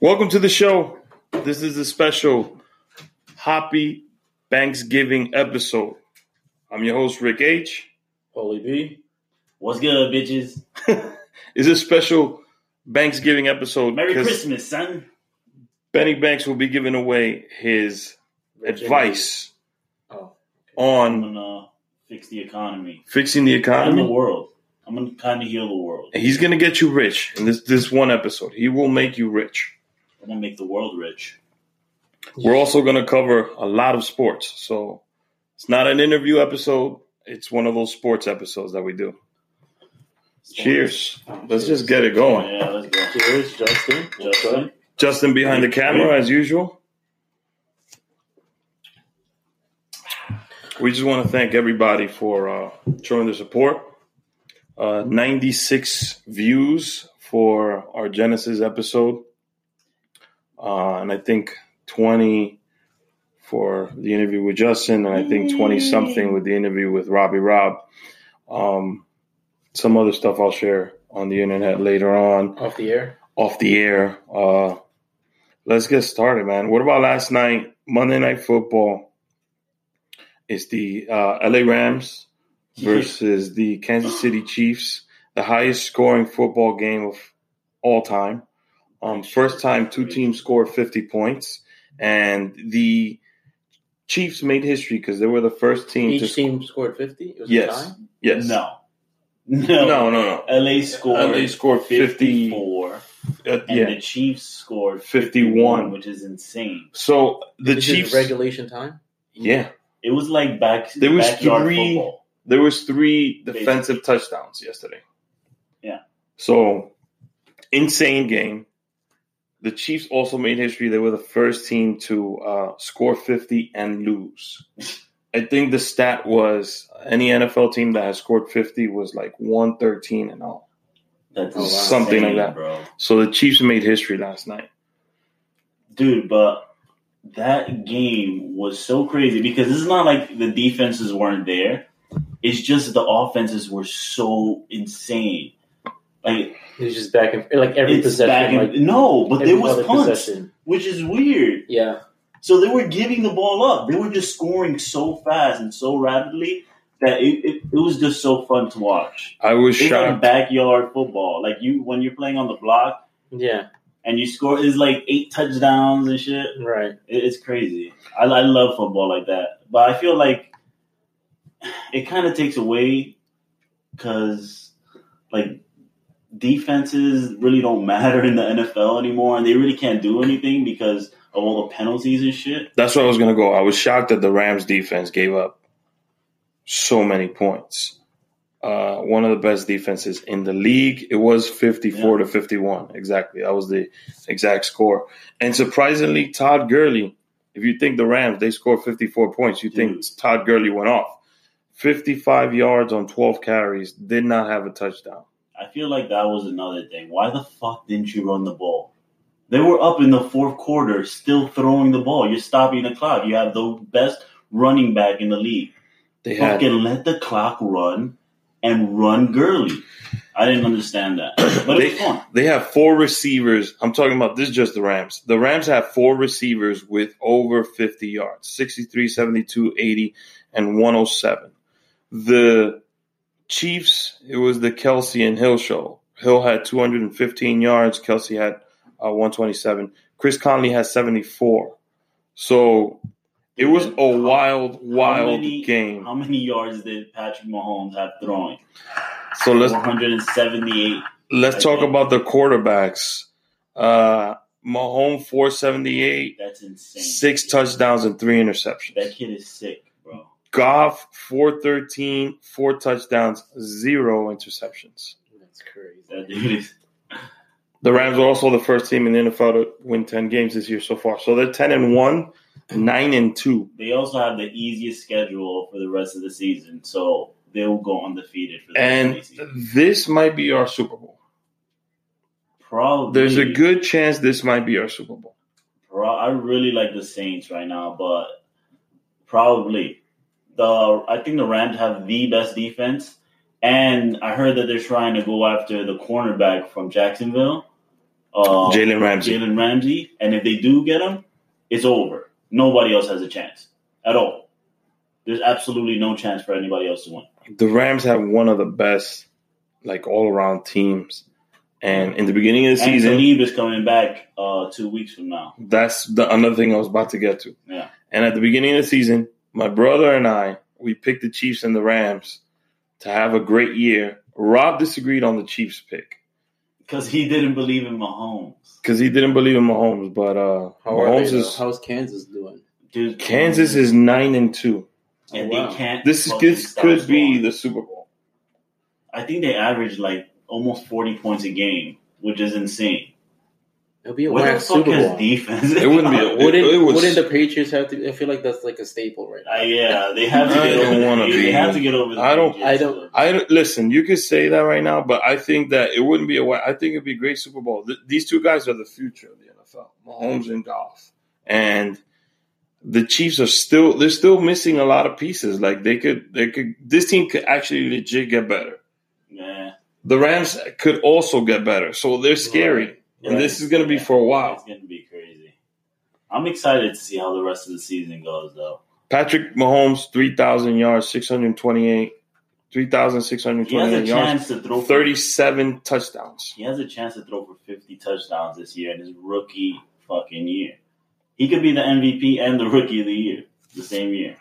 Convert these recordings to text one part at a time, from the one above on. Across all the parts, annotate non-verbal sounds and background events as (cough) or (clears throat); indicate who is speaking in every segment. Speaker 1: Welcome to the show. This is a special Happy Thanksgiving episode. I'm your host, Rick H.
Speaker 2: Holy B.
Speaker 3: What's good, bitches?
Speaker 1: It's a special Thanksgiving episode.
Speaker 3: Merry
Speaker 1: 'cause
Speaker 3: Christmas, son.
Speaker 1: Benny Banks will be giving away his advice
Speaker 2: Oh.
Speaker 3: I'm
Speaker 1: on
Speaker 3: gonna uh, fix the economy.
Speaker 1: fixing the
Speaker 3: I'm the
Speaker 1: economy.
Speaker 3: world. I'm gonna kind of heal the world.
Speaker 1: And he's going to get you rich in this, this one episode. He will make you rich.
Speaker 3: I'm gonna make the world rich.
Speaker 1: We're also going to cover a lot of sports. So it's not an interview episode, it's one of those sports episodes that we do. Cheers. Let's just get it going.
Speaker 3: Yeah, let's go.
Speaker 2: Cheers, Justin.
Speaker 3: Justin.
Speaker 1: Justin behind the camera, as usual. We just want to thank everybody for uh, showing their support. Uh, 96 views for our Genesis episode. Uh, and I think 20 for the interview with Justin, and I think 20 something with the interview with Robbie Robb. Um, some other stuff I'll share on the internet later on
Speaker 2: Off the air.
Speaker 1: off the air. Uh, let's get started, man. What about last night, Monday Night Football? It's the uh, LA
Speaker 2: (laughs)
Speaker 1: Rams versus the Kansas City Chiefs, the highest scoring football game of all time. Um, first time two teams scored 50 points, and the Chiefs made history because they were the first team to
Speaker 2: Each
Speaker 1: score.
Speaker 2: team scored 50? It was a
Speaker 1: Mm, Yes.
Speaker 2: tie?
Speaker 1: Yes. No,
Speaker 3: (laughs) No. No.
Speaker 1: no, no.
Speaker 3: LA scored
Speaker 1: LA scored 50.
Speaker 3: 54,
Speaker 1: Uh,
Speaker 3: and
Speaker 1: yeah.
Speaker 3: the Chiefs scored
Speaker 1: 51.
Speaker 3: which is insane.
Speaker 1: So the
Speaker 2: This is
Speaker 1: Chiefs.
Speaker 2: regulation time?
Speaker 1: yeah.
Speaker 3: It was like back
Speaker 1: There was
Speaker 3: backyard
Speaker 1: three-
Speaker 3: football.
Speaker 1: There was three defensive touchdowns yesterday.
Speaker 3: Yeah.
Speaker 1: So insane game. The Chiefs also made history. They were the first team to uh, score 50 and lose. I think the stat was any NFL team that has scored 50 was like 113 and all.
Speaker 3: That's
Speaker 2: Oh, wow.
Speaker 1: Something like
Speaker 3: insane,
Speaker 1: that.
Speaker 3: bro.
Speaker 1: So the Chiefs made history last night.
Speaker 3: dude but that game was so crazy because it's not like the defenses weren't there it's just the offenses were so insane like
Speaker 2: It was just back and like every
Speaker 3: it's
Speaker 2: possession.
Speaker 3: back and,
Speaker 2: like,
Speaker 3: no but
Speaker 2: every
Speaker 3: there was
Speaker 2: other
Speaker 3: punts
Speaker 2: possession.
Speaker 3: which is weird
Speaker 2: Yeah.
Speaker 3: so they were giving the ball up they were just scoring so fast and so rapidly that it, it, it was just so fun to watch
Speaker 1: I was
Speaker 3: it's like
Speaker 1: shocked.
Speaker 3: backyard football like you when you're playing on the block
Speaker 2: Yeah.
Speaker 3: and you score is like eight touchdowns and shit
Speaker 2: Right.
Speaker 3: It- It's crazy. I, I love football like that, but I feel like it kind of takes away because like defenses really don't (laughs) matter in the NFL anymore, and they really can't do anything because of all the penalties and shit.
Speaker 1: That's where I was going to go. I was shocked that the Rams defense gave up so many points. Uh, one of the best defenses in the league. It was 54 to 51. Exactly. That was the exact score. And surprisingly, Todd Gurley, if you think the Rams, they scored 54 points, you think Todd Gurley went off. 55 yards on 12 carries, did not have a touchdown.
Speaker 3: I feel like that was another thing. Why the fuck didn't you run the ball? They were up in the fourth quarter, still throwing the ball. You're stopping the clock. You have the best running back in the league.
Speaker 1: They had
Speaker 3: Fucking let the clock run and run Gurley. I didn't understand that, but it was fun.
Speaker 1: They have four receivers. I'm talking about this is just the Rams. The Rams have four receivers with over 50 yards 63, 72, 80, and 107. The Chiefs, it was the Kelsey and Hill show. Hill had 215 yards, Kelsey had uh, 127. Chris Conley has 74. So it was a wild, wild
Speaker 3: many-
Speaker 1: game.
Speaker 3: How many yards did Patrick Mahomes have throwing?
Speaker 1: So let's
Speaker 3: 178.
Speaker 1: let's talk about the quarterbacks. Uh, Mahomes 478,
Speaker 3: That's insane.
Speaker 1: six touchdowns and three
Speaker 3: That
Speaker 1: interceptions.
Speaker 3: kid is sick, bro.
Speaker 1: Goff 413, four touchdowns, zero interceptions.
Speaker 2: That's crazy.
Speaker 3: That dude is.
Speaker 1: The Rams are also the first team in the NFL to win 10 games this year so far. So they're 10 and 1, 9 and 2.
Speaker 3: They also have the easiest schedule for the rest of the season, so they will go undefeated for the rest of
Speaker 1: And
Speaker 3: the season.
Speaker 1: this might be our Super Bowl.
Speaker 3: Probably
Speaker 1: There's a good chance this might be our Super Bowl.
Speaker 3: Bro, I really like the Saints right now, but probably the I think the Rams have the best defense, and I heard that they're trying to go after the cornerback from Jacksonville. uh,
Speaker 1: Jalen Ramsey.
Speaker 3: Jalen Ramsey, and if they do get him, it's over. Nobody else has a chance at all. There's absolutely no chance for anybody else to win.
Speaker 1: the Rams have one of the best, like all around teams. And in the beginning of the
Speaker 3: And
Speaker 1: season,
Speaker 3: Talib is coming back uh, two weeks from now.
Speaker 1: that's the another thing I was about to get to.
Speaker 3: Yeah.
Speaker 1: And at the beginning of the season, my brother and I we picked the Chiefs and the Rams to have a great year. Rob disagreed on the Chiefs pick
Speaker 3: Because he didn't believe in Mahomes.
Speaker 1: because he didn't believe in Mahomes, but uh,
Speaker 2: How are
Speaker 1: Mahomes
Speaker 2: they,
Speaker 1: is
Speaker 2: though? How's Kansas doing?
Speaker 3: Dude,
Speaker 1: Kansas is nine and two.
Speaker 3: and
Speaker 2: Oh, wow.
Speaker 3: they can't.
Speaker 1: This is
Speaker 3: fucking
Speaker 1: this
Speaker 3: stop
Speaker 1: could be
Speaker 3: scoring.
Speaker 1: the Super Bowl.
Speaker 3: I think they average like almost forty points a game, which is insane.
Speaker 2: It'll be a
Speaker 3: What the
Speaker 2: whack
Speaker 3: fuck
Speaker 2: Super
Speaker 3: is
Speaker 2: Bowl.
Speaker 3: defense? (laughs)
Speaker 1: It wouldn't be a-
Speaker 2: Wouldn't,
Speaker 1: It- it was-
Speaker 2: wouldn't the Patriots have to? I feel like that's like a staple right now.
Speaker 3: Uh, yeah, they have to
Speaker 1: I
Speaker 3: get
Speaker 1: don't
Speaker 3: over.
Speaker 1: wanna
Speaker 3: The, they
Speaker 1: be-
Speaker 3: have to get over. The
Speaker 1: I don't-
Speaker 3: Patriots.
Speaker 2: I don't-
Speaker 1: I don't- listen. You could say that right now, but I think that it wouldn't be a. wa- I think it'd be a great Super Bowl. Th- these two guys are the future of the NFL: Mahomes and Goff. And the Chiefs are still they're still missing a lot of pieces. Like they could they could this team could actually legit get better.
Speaker 3: Yeah,
Speaker 1: The Rams could also get better, so they're scary.
Speaker 2: Right.
Speaker 1: And this is going to be for a
Speaker 3: It's
Speaker 1: while.
Speaker 3: gonna be crazy. I'm excited to see how the rest of the season goes, though.
Speaker 1: Patrick Mahomes, three thousand yards, six hundred twenty-eight, three thousand six hundred
Speaker 3: He has a
Speaker 1: twenty-eight
Speaker 3: chance
Speaker 1: yards,
Speaker 3: to throw for-
Speaker 1: thirty-seven touchdowns.
Speaker 3: He has a chance to throw for 50 touchdowns this year in his rookie fucking year. He could be the MVP and the rookie of the year the same year.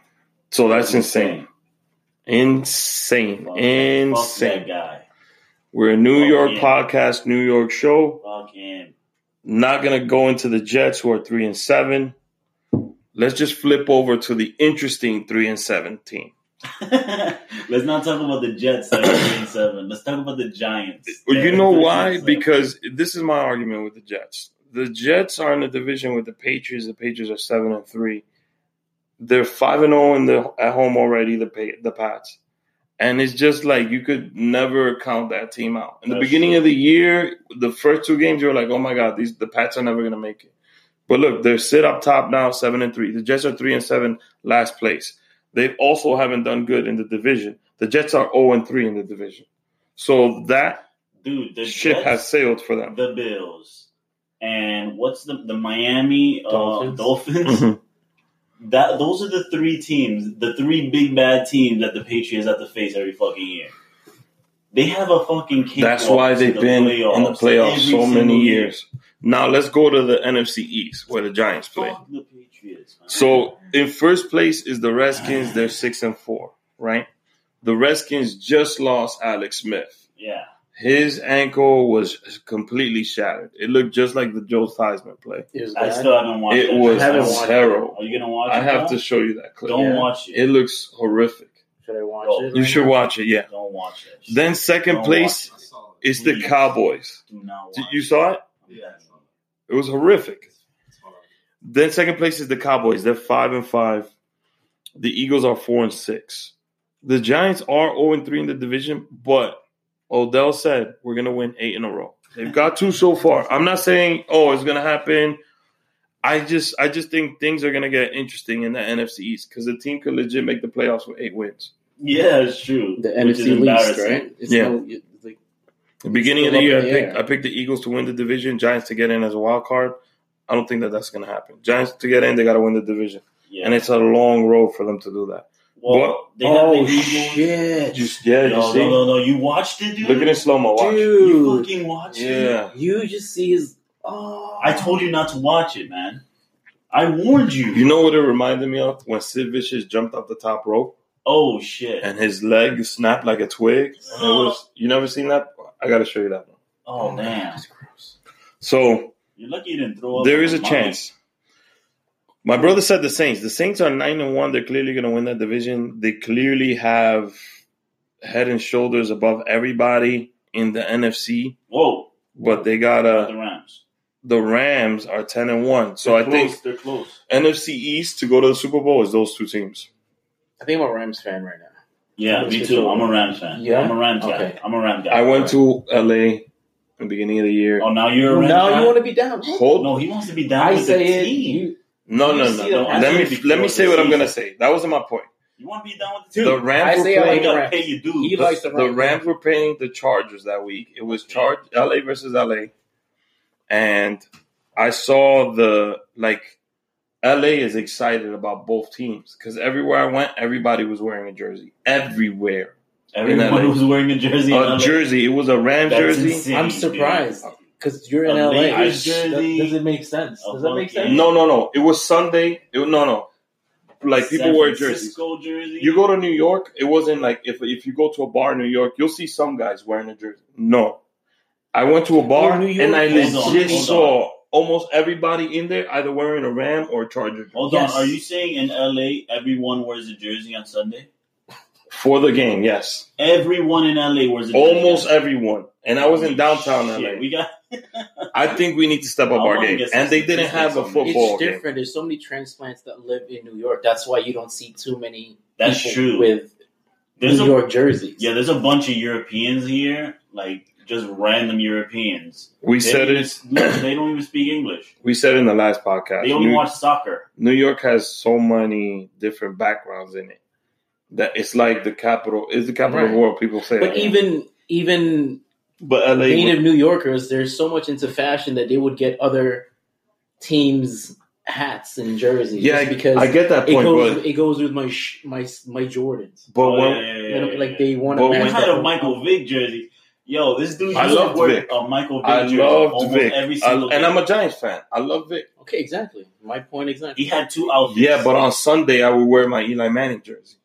Speaker 1: So that's insane.
Speaker 3: Fuck that-
Speaker 1: Insane.
Speaker 3: Fuck that
Speaker 1: Insane.
Speaker 3: guy.
Speaker 1: We're a New
Speaker 3: Oh,
Speaker 1: York
Speaker 3: yeah.
Speaker 1: podcast, New York show.
Speaker 3: Fuck him.
Speaker 1: Not going to go into the Jets, who are three and seven. Let's just flip over to the interesting three and seven team.
Speaker 3: (laughs) Let's not talk about the Jets 17 7. Let's talk about the Giants.
Speaker 1: Well, you know why?
Speaker 3: 17-7.
Speaker 1: Because this is my argument with the Jets. The Jets are in a division with the Patriots. The Patriots are seven and three. They're five and zero in the at home already. The pa- the Pats, and it's just like you could never count that team out. In the
Speaker 3: That's
Speaker 1: beginning
Speaker 3: true.
Speaker 1: of the year, the first two games, you were like, "Oh my god, these the Pats are never going to make it." But look, they're sit up top now, seven and three. The Jets are three and seven, last place. They also haven't done good in the division. The Jets are zero and three in the division. So that
Speaker 3: dude, the
Speaker 1: ship
Speaker 3: Jets,
Speaker 1: has sailed for them.
Speaker 3: the Bills, and what's the the Miami uh,
Speaker 2: Dolphins?
Speaker 3: Dolphins? (laughs)
Speaker 1: Mm-hmm. Mhm.
Speaker 3: That those are the three teams, the three big bad teams that the Patriots have to face every fucking year. They have a fucking.
Speaker 1: That's
Speaker 3: cakewalk
Speaker 1: why
Speaker 3: to
Speaker 1: they've
Speaker 3: the
Speaker 1: been in the
Speaker 3: playoffs
Speaker 1: playoffs
Speaker 3: every
Speaker 1: so
Speaker 3: single
Speaker 1: many
Speaker 3: year.
Speaker 1: years. Now let's go to the NFC East where the Giants play.
Speaker 3: Fuck the Patriots. man.
Speaker 1: So in first place is the Redskins. They're six and four, right? The Redskins just lost Alex Smith.
Speaker 3: yeah,
Speaker 1: His ankle was completely shattered. It looked just like the Joe Theismann play.
Speaker 2: It was
Speaker 3: I
Speaker 2: bad.
Speaker 3: still haven't watched.
Speaker 1: It
Speaker 3: that.
Speaker 1: was
Speaker 2: I haven't watched
Speaker 1: terrible.
Speaker 3: Are you gonna watch?
Speaker 1: I
Speaker 3: it
Speaker 1: have
Speaker 3: now?
Speaker 1: to show you that clip.
Speaker 3: Don't
Speaker 2: Yeah.
Speaker 3: watch it.
Speaker 1: It looks horrific.
Speaker 2: should I watch
Speaker 3: Yo,
Speaker 2: it?
Speaker 1: You
Speaker 2: right
Speaker 1: should
Speaker 2: now?
Speaker 1: watch it. Yeah.
Speaker 3: Don't watch it.
Speaker 1: Then second
Speaker 3: Don't
Speaker 1: place
Speaker 3: watch it.
Speaker 1: is the
Speaker 3: Oh, Please.
Speaker 1: Cowboys.
Speaker 3: Do not watch
Speaker 1: Did- You saw it?
Speaker 3: it.
Speaker 1: It was horrific. Then second place is the Cowboys. They're five and five. The Eagles are four and six. The Giants are 0 and 3 in the division, but Odell said we're gonna win eight in a row. They've got two so far. I'm not saying oh it's gonna happen. I just I just think things are gonna get interesting in the NFC East because the team could legit make the playoffs with eight wins.
Speaker 3: Yeah, it's true.
Speaker 2: The
Speaker 3: Which is
Speaker 2: NFC least,
Speaker 3: embarrassing.
Speaker 2: right? It's
Speaker 1: Yeah.
Speaker 2: no- it's like,
Speaker 1: The beginning of
Speaker 2: still
Speaker 1: the
Speaker 2: up
Speaker 1: year,
Speaker 2: in
Speaker 1: I
Speaker 2: the
Speaker 1: picked
Speaker 2: air.
Speaker 1: I picked the Eagles to win the division, Giants to get in as a wild card. I don't think that that's gonna happen. Giants to get in, they gotta win the division.
Speaker 3: Yeah.
Speaker 1: and it's a long road for them to do that.
Speaker 3: well, they have
Speaker 2: oh
Speaker 3: the Eagles.
Speaker 2: shit,
Speaker 1: You, yeah,
Speaker 3: No,
Speaker 1: you
Speaker 3: no,
Speaker 1: see.
Speaker 3: no, no. You watched it, dude.
Speaker 1: Look at it slow mo. Watch.
Speaker 3: You
Speaker 2: dude!
Speaker 3: fucking watched it.
Speaker 1: Yeah,
Speaker 2: You just see his. Oh,
Speaker 3: I told you not to watch it, man. I warned you.
Speaker 1: you know what it reminded me of when Sid Vicious jumped off the top rope
Speaker 3: oh shit.
Speaker 1: and his leg snapped like a twig. And it was you never seen that? I gotta show you that one.
Speaker 3: oh man.
Speaker 1: So
Speaker 3: You're lucky you didn't throw up.
Speaker 1: there
Speaker 3: on
Speaker 1: is a
Speaker 3: mine.
Speaker 1: chance. My brother said the Saints. The Saints are nine and one. They're clearly going to win that division. They clearly have head and shoulders above everybody in the NFC.
Speaker 3: Whoa.
Speaker 1: But they got uh,
Speaker 3: the Rams.
Speaker 1: the Rams are ten and one. So
Speaker 3: They're
Speaker 1: I think
Speaker 3: close, they're close.
Speaker 1: NFC East to go to the Super Bowl is those two teams.
Speaker 2: I think I'm a Rams fan right now.
Speaker 3: Yeah, me too. I'm a Rams fan.
Speaker 2: Yeah?
Speaker 3: I'm a Rams guy.
Speaker 2: Okay.
Speaker 3: I'm a Rams guy.
Speaker 1: I went to LA in the beginning of the year.
Speaker 3: Oh, now you're a Rams
Speaker 2: Now
Speaker 3: guy?
Speaker 2: you want to be down?
Speaker 1: Hold
Speaker 3: No, he wants to be down
Speaker 2: I
Speaker 3: with
Speaker 2: say
Speaker 3: the
Speaker 2: it.
Speaker 3: team.
Speaker 2: You,
Speaker 1: no, no,
Speaker 2: you
Speaker 1: no,
Speaker 2: see
Speaker 1: no.
Speaker 2: the Rams
Speaker 1: Let me
Speaker 3: before
Speaker 1: let me
Speaker 3: the
Speaker 1: say what I'm
Speaker 3: season.
Speaker 1: gonna say. That wasn't my point.
Speaker 3: You want to be down with the team.
Speaker 1: The Rams
Speaker 2: I
Speaker 1: were
Speaker 2: say
Speaker 3: They
Speaker 2: I like
Speaker 1: playing.
Speaker 2: the
Speaker 3: gotta
Speaker 2: Rams.
Speaker 3: pay you
Speaker 2: He
Speaker 3: dudes.
Speaker 1: the,
Speaker 2: likes the
Speaker 1: the
Speaker 2: Rams.
Speaker 1: Rams were playing the Chargers that week. It was charge LA versus LA, and I saw the like LA is excited about both teams because everywhere I went, everybody was wearing a jersey. Everywhere,
Speaker 3: Everyone
Speaker 1: LA.
Speaker 3: was wearing a jersey. in LA.
Speaker 1: a jersey. It was a Ram
Speaker 3: That's
Speaker 1: jersey.
Speaker 3: insane,
Speaker 2: I'm
Speaker 3: dude.
Speaker 2: surprised because you're in
Speaker 3: A
Speaker 2: LA.
Speaker 3: Lakers
Speaker 2: Does-
Speaker 3: jersey.
Speaker 2: Does it make sense?
Speaker 3: A
Speaker 2: Does that make
Speaker 3: Bucks-
Speaker 2: sense?
Speaker 1: No, no, no. It was Sunday. It, no, no. Like people
Speaker 3: San
Speaker 1: wear jerseys.
Speaker 3: Francisco jersey.
Speaker 1: You go to New York, it wasn't like if if you go to a bar in New York, you'll see some guys wearing a jersey. No, I went to a bar
Speaker 2: Oh, New York
Speaker 1: and I
Speaker 3: is-
Speaker 1: legit
Speaker 3: Hold on, hold on.
Speaker 1: saw almost everybody in there either wearing a Ram or a Charger jersey.
Speaker 3: Hold
Speaker 2: Yes.
Speaker 3: on, are you saying in LA everyone wears a jersey on Sunday?
Speaker 1: for the game. Yes,
Speaker 3: Everyone in LA wears a jersey.
Speaker 1: almost everyone. And I was in downtown
Speaker 3: Shit,
Speaker 1: LA.
Speaker 3: We got
Speaker 1: I think we need to step
Speaker 3: I
Speaker 1: up our
Speaker 3: wanna
Speaker 1: game.
Speaker 3: get some
Speaker 1: And they didn't
Speaker 3: statistics
Speaker 1: have a
Speaker 3: on this.
Speaker 1: football
Speaker 2: It's
Speaker 1: game.
Speaker 2: different. There's so many transplants that live in New York. That's why you don't see too many.
Speaker 3: that's
Speaker 2: people
Speaker 3: true.
Speaker 2: With
Speaker 3: there's
Speaker 2: New
Speaker 3: a
Speaker 2: York jerseys.
Speaker 3: yeah, there's a bunch of Europeans here, like just random Europeans. (clears throat)
Speaker 1: We
Speaker 3: They
Speaker 1: said
Speaker 3: don't
Speaker 1: it.
Speaker 3: even- no, they don't even speak English.
Speaker 1: We said in the last podcast.
Speaker 3: They only
Speaker 1: New-
Speaker 3: watch soccer.
Speaker 1: New York has so many different backgrounds in it that it's like the capital is the capital of the
Speaker 2: Right.
Speaker 1: world. People say,
Speaker 2: But
Speaker 1: that.
Speaker 2: even even
Speaker 1: but LA,
Speaker 2: native New Yorkers, they're so much into fashion that they would get other teams' hats and jerseys.
Speaker 1: yeah,
Speaker 2: just because
Speaker 1: I get that
Speaker 2: it
Speaker 1: point,
Speaker 2: goes
Speaker 1: but
Speaker 2: it goes with my sh- my my Jordans.
Speaker 1: but
Speaker 3: Oh, yeah,
Speaker 1: when,
Speaker 3: yeah, yeah,
Speaker 2: They
Speaker 3: yeah,
Speaker 2: don't-
Speaker 3: yeah.
Speaker 2: like they want
Speaker 1: But
Speaker 2: to
Speaker 1: when
Speaker 3: I
Speaker 2: match
Speaker 3: had
Speaker 2: that.
Speaker 3: a Michael Vick jersey. Yo, this dude
Speaker 1: I
Speaker 3: used to
Speaker 1: loved
Speaker 3: wear
Speaker 1: Vic.
Speaker 3: a Michael Vick
Speaker 1: I
Speaker 3: jersey
Speaker 1: loved
Speaker 3: almost
Speaker 1: Vic,
Speaker 3: every
Speaker 1: I-
Speaker 3: single
Speaker 1: and
Speaker 3: day.
Speaker 1: I'm a Giants fan. I love Vic.
Speaker 2: Okay, exactly. My point exactly.
Speaker 3: He had two outfits.
Speaker 1: Yeah, but on Sunday I would wear my Eli Manning jersey.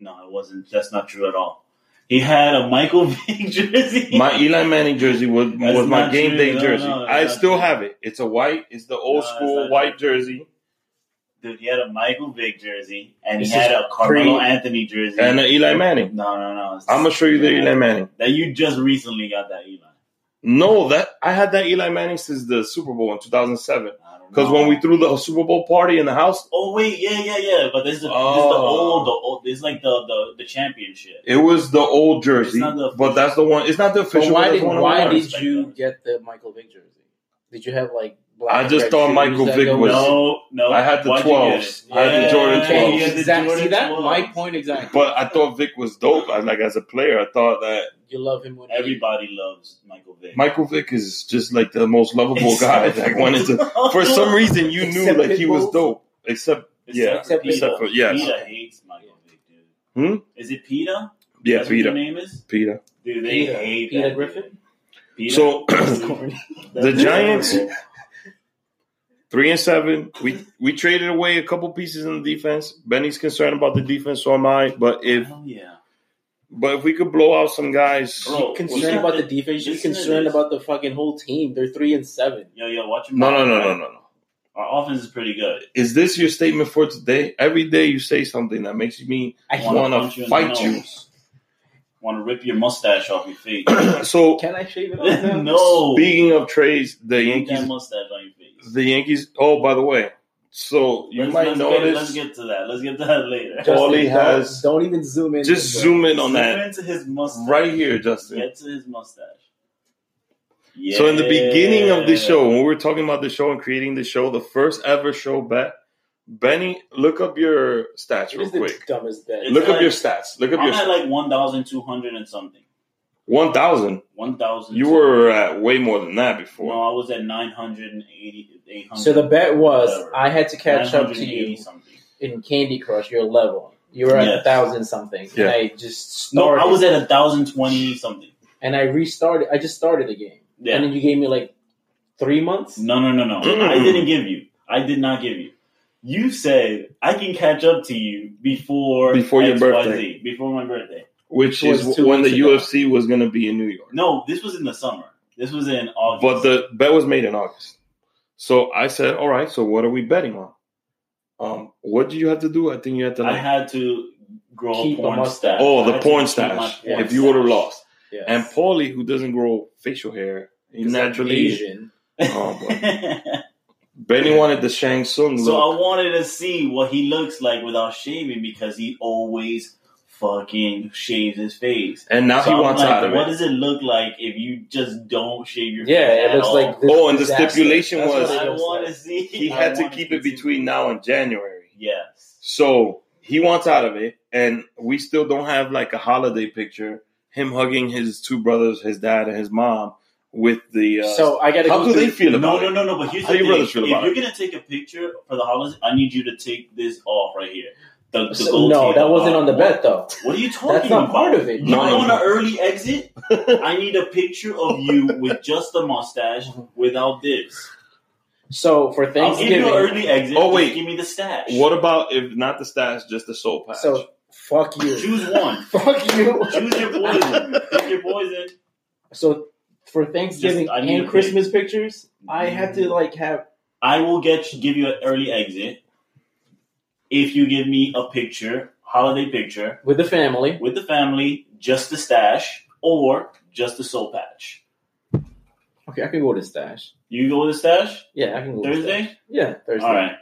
Speaker 3: no, it wasn't. That's not true at all. He had a Michael (laughs) Vick jersey.
Speaker 1: My Eli Manning jersey was
Speaker 3: That's
Speaker 1: was my
Speaker 3: not
Speaker 1: game
Speaker 3: true.
Speaker 1: day
Speaker 3: No,
Speaker 1: jersey.
Speaker 3: no, that's
Speaker 1: I
Speaker 3: not
Speaker 1: still
Speaker 3: true.
Speaker 1: have it. It's a white. It's the old
Speaker 3: No, it's
Speaker 1: school
Speaker 3: not
Speaker 1: white jersey
Speaker 3: Dude, he had a Michael Vick jersey and
Speaker 2: This
Speaker 3: he had
Speaker 2: is
Speaker 3: a Carmelo
Speaker 2: pre-
Speaker 3: Anthony jersey.
Speaker 1: and an Eli Manning.
Speaker 3: no, no, no. it's-
Speaker 1: I'm gonna show you the Eli Manning.
Speaker 3: that you just recently got that Eli.
Speaker 1: No, that I had that Eli Manning since the Super Bowl in 2007.
Speaker 3: I don't
Speaker 1: Because
Speaker 3: know.
Speaker 1: when we threw the Super Bowl party in the house,
Speaker 3: Oh wait, yeah, yeah, yeah. But this is, this is the
Speaker 1: Oh.
Speaker 3: old, the old. It's like the the, the championship.
Speaker 1: it was the old jersey,
Speaker 3: It's not the
Speaker 1: but that's the one. It's not the
Speaker 2: But
Speaker 1: official.
Speaker 2: why
Speaker 1: one, that's
Speaker 2: did
Speaker 1: the one I
Speaker 2: why
Speaker 1: wore.
Speaker 2: did
Speaker 3: respect
Speaker 2: you
Speaker 3: that.
Speaker 2: get the Michael Vick jersey? Did you have like black?
Speaker 1: I
Speaker 2: and
Speaker 1: just
Speaker 2: red
Speaker 1: thought
Speaker 2: shoes
Speaker 1: Michael
Speaker 2: that
Speaker 1: Vick
Speaker 2: go
Speaker 1: was-
Speaker 2: with-
Speaker 3: No, no.
Speaker 1: I had the
Speaker 3: Why'd you get
Speaker 1: 12s.
Speaker 3: it?
Speaker 1: I had the Jordan
Speaker 3: Yeah,
Speaker 2: Okay,
Speaker 3: you
Speaker 1: 12s.
Speaker 3: had the
Speaker 2: exactly. See
Speaker 3: Jordan
Speaker 2: that?
Speaker 3: 12s.
Speaker 2: My point exactly.
Speaker 1: But I thought Vic was dope. I, like as a player, I thought that
Speaker 2: you love him when he-
Speaker 3: Everybody loves Michael Vick.
Speaker 1: Michael Vick is just like the most lovable guy. Like (laughs) wanted
Speaker 2: (laughs)
Speaker 1: to. For some reason, you knew
Speaker 2: Except
Speaker 1: like he was
Speaker 2: Pitbull?
Speaker 1: dope. Except yeah,
Speaker 3: except,
Speaker 2: except
Speaker 3: Peter.
Speaker 1: for- yes.
Speaker 3: Peter hates Michael Vick, dude.
Speaker 1: Hmm?
Speaker 3: Is it Peter?
Speaker 1: yeah,
Speaker 3: That's
Speaker 1: Peter,
Speaker 3: What your name is
Speaker 1: Peter.
Speaker 3: dude. They
Speaker 2: Peter,
Speaker 3: hate
Speaker 2: Peter
Speaker 3: that
Speaker 2: Griffin?
Speaker 3: dude. Peter?
Speaker 1: So (coughs)
Speaker 2: corny.
Speaker 1: The
Speaker 3: That's
Speaker 1: Giants-
Speaker 3: terrible.
Speaker 1: three and seven. We we traded away a couple pieces in the defense. Benny's concerned about the defense, so am I. But if
Speaker 3: Hell yeah,
Speaker 1: but if we could blow out some guys,
Speaker 3: bro.
Speaker 1: Well,
Speaker 2: concerned
Speaker 1: see,
Speaker 2: about the defense. You're
Speaker 3: listen to
Speaker 2: concerned
Speaker 3: this.
Speaker 2: about the fucking whole team. They're three and seven.
Speaker 3: Yo, yo, watch him.
Speaker 1: no, no, no, no, no, no.
Speaker 3: Our offense is pretty good.
Speaker 1: Is this your statement for today? Every day you say something that makes me
Speaker 2: I
Speaker 3: Wanna
Speaker 1: want
Speaker 3: punch you
Speaker 1: to
Speaker 3: in
Speaker 1: fight
Speaker 3: the
Speaker 1: you.
Speaker 3: nose. Want to rip your mustache off your
Speaker 1: (coughs)
Speaker 3: face? (laughs)
Speaker 1: (laughs) so
Speaker 2: Can I shave it (laughs) off now?
Speaker 3: no,
Speaker 1: speaking of trades, the
Speaker 3: Keep
Speaker 1: Yankees,
Speaker 3: that mustache on your face.
Speaker 1: the Yankees. Oh, by the way, so you
Speaker 3: Let's-
Speaker 1: might
Speaker 3: let's Get, let's
Speaker 1: notice.
Speaker 3: get to that. Let's get to that later.
Speaker 1: Just All he
Speaker 2: don't-
Speaker 1: has-
Speaker 2: Don't even zoom in.
Speaker 1: Just zoom in on
Speaker 3: Zoom
Speaker 1: that
Speaker 3: into his mustache.
Speaker 1: right here, Justin.
Speaker 3: Get to his mustache.
Speaker 1: So in the beginning of the
Speaker 3: Yeah.
Speaker 1: show, when we were talking about the show and creating the show, the first ever show bet, Benny, look up your stats
Speaker 2: It
Speaker 1: real
Speaker 2: is the
Speaker 1: quick.
Speaker 2: dumbest bet.
Speaker 3: It's
Speaker 1: Look up
Speaker 3: like-
Speaker 1: your stats. Look up
Speaker 3: I'm
Speaker 1: your
Speaker 3: at like one thousand two hundred and something.
Speaker 1: one thousand.
Speaker 3: One thousand.
Speaker 1: You were at way more than that
Speaker 3: No,
Speaker 1: before.
Speaker 3: I was at 980, 800.
Speaker 2: So the bet was
Speaker 3: Whatever.
Speaker 2: I had to catch up to
Speaker 3: 980
Speaker 2: you
Speaker 3: Something.
Speaker 2: in Candy Crush, your level. You were at
Speaker 3: Yes.
Speaker 2: a thousand something.
Speaker 1: Yeah.
Speaker 2: And I just
Speaker 3: No,
Speaker 2: started.
Speaker 3: I was at thousand twenty something.
Speaker 2: and I restarted. I just started the game.
Speaker 3: Yeah.
Speaker 2: And then you gave me like three months?
Speaker 3: No, no, no, no.
Speaker 1: Mm.
Speaker 3: I didn't give you. I did not give you. You said I can catch up to you before
Speaker 1: Before your
Speaker 3: XYZ,
Speaker 1: birthday.
Speaker 3: before my birthday.
Speaker 1: which
Speaker 2: It was
Speaker 1: is
Speaker 2: two
Speaker 1: when the
Speaker 2: weeks ago.
Speaker 1: UFC was going to be in New York.
Speaker 3: No, this was in the summer. This was in August.
Speaker 1: But the bet was made in August. So I said, all right, so what are we betting on? Um, what do you have to do? I think you have to
Speaker 3: I
Speaker 1: like,
Speaker 3: had to grow
Speaker 2: Keep
Speaker 3: a
Speaker 2: a
Speaker 3: porn
Speaker 2: mustache.
Speaker 3: stash. I
Speaker 1: oh, the
Speaker 3: had to
Speaker 1: porn
Speaker 3: keep my
Speaker 1: stash.
Speaker 3: porn
Speaker 1: If you would have
Speaker 3: stash. (laughs)
Speaker 1: lost.
Speaker 2: Yes.
Speaker 1: And Paulie, who doesn't grow facial hair
Speaker 2: Because I'm
Speaker 1: naturally,
Speaker 2: Asian.
Speaker 1: Oh,
Speaker 3: (laughs)
Speaker 1: Benny wanted the Shang Tsung
Speaker 3: so
Speaker 1: look.
Speaker 3: I wanted to see what he looks like without shaving because he always fucking shaves his face.
Speaker 1: and now
Speaker 3: So
Speaker 1: he
Speaker 3: I'm
Speaker 1: wants
Speaker 3: like,
Speaker 1: out of
Speaker 3: What
Speaker 1: it.
Speaker 3: does it look like if you just don't shave your face?
Speaker 2: Yeah,
Speaker 3: at
Speaker 2: it looks
Speaker 3: all?
Speaker 2: like. This
Speaker 1: Oh, and the
Speaker 2: disaster.
Speaker 1: stipulation
Speaker 2: That's what
Speaker 1: was-
Speaker 2: it
Speaker 3: I
Speaker 2: looks
Speaker 3: want
Speaker 2: like.
Speaker 3: to see. (laughs)
Speaker 1: He
Speaker 3: I
Speaker 1: had to
Speaker 3: wanna
Speaker 1: keep it
Speaker 3: see-
Speaker 1: between now and January.
Speaker 3: Yes.
Speaker 1: So he wants out of it, and we still don't have like a holiday picture. Him hugging his two brothers, his dad and his mom. with the. Uh,
Speaker 2: So I got to
Speaker 1: how
Speaker 2: go
Speaker 1: do they
Speaker 2: through.
Speaker 1: feel
Speaker 3: No,
Speaker 1: about
Speaker 3: no,
Speaker 1: it?
Speaker 3: no, no. But here's
Speaker 1: How
Speaker 3: the
Speaker 1: you
Speaker 3: thing:
Speaker 1: brothers
Speaker 3: if
Speaker 1: feel
Speaker 3: you're
Speaker 1: about it?
Speaker 3: gonna take a picture for the holidays, I need you to take this off right here. The, the
Speaker 2: So,
Speaker 3: gold
Speaker 2: no,
Speaker 3: teeth.
Speaker 2: that wasn't
Speaker 3: Uh,
Speaker 2: on the
Speaker 3: what-
Speaker 2: bet though.
Speaker 3: What are you talking
Speaker 2: That's not
Speaker 3: about?
Speaker 2: part of it.
Speaker 3: You
Speaker 1: No.
Speaker 3: want an early exit?
Speaker 1: (laughs)
Speaker 3: I need a picture of you with just a
Speaker 2: (laughs)
Speaker 3: mustache without this.
Speaker 2: So for
Speaker 3: I'll give
Speaker 2: Thanksgiving,
Speaker 3: you an early exit.
Speaker 1: Oh,
Speaker 3: just
Speaker 1: wait.
Speaker 3: give me the stash.
Speaker 1: What about if not the stats, just the soul patch?
Speaker 2: so fuck you,
Speaker 3: Choose one.
Speaker 2: (laughs) fuck you.
Speaker 3: Choose your poison. Pick your poison.
Speaker 2: So for Thanksgiving
Speaker 3: Just, I need a
Speaker 2: and
Speaker 3: pic.
Speaker 2: Christmas pictures, I had to like have.
Speaker 3: I will get give you an early exit if you give me a picture, holiday picture
Speaker 2: with the family.
Speaker 3: with the family, just the stash or just the soul patch.
Speaker 2: Okay, I can go to stash.
Speaker 3: You go with the stash
Speaker 2: Yeah, I can go with stash.
Speaker 3: Thursday.
Speaker 2: Yeah, Thursday.
Speaker 3: All right.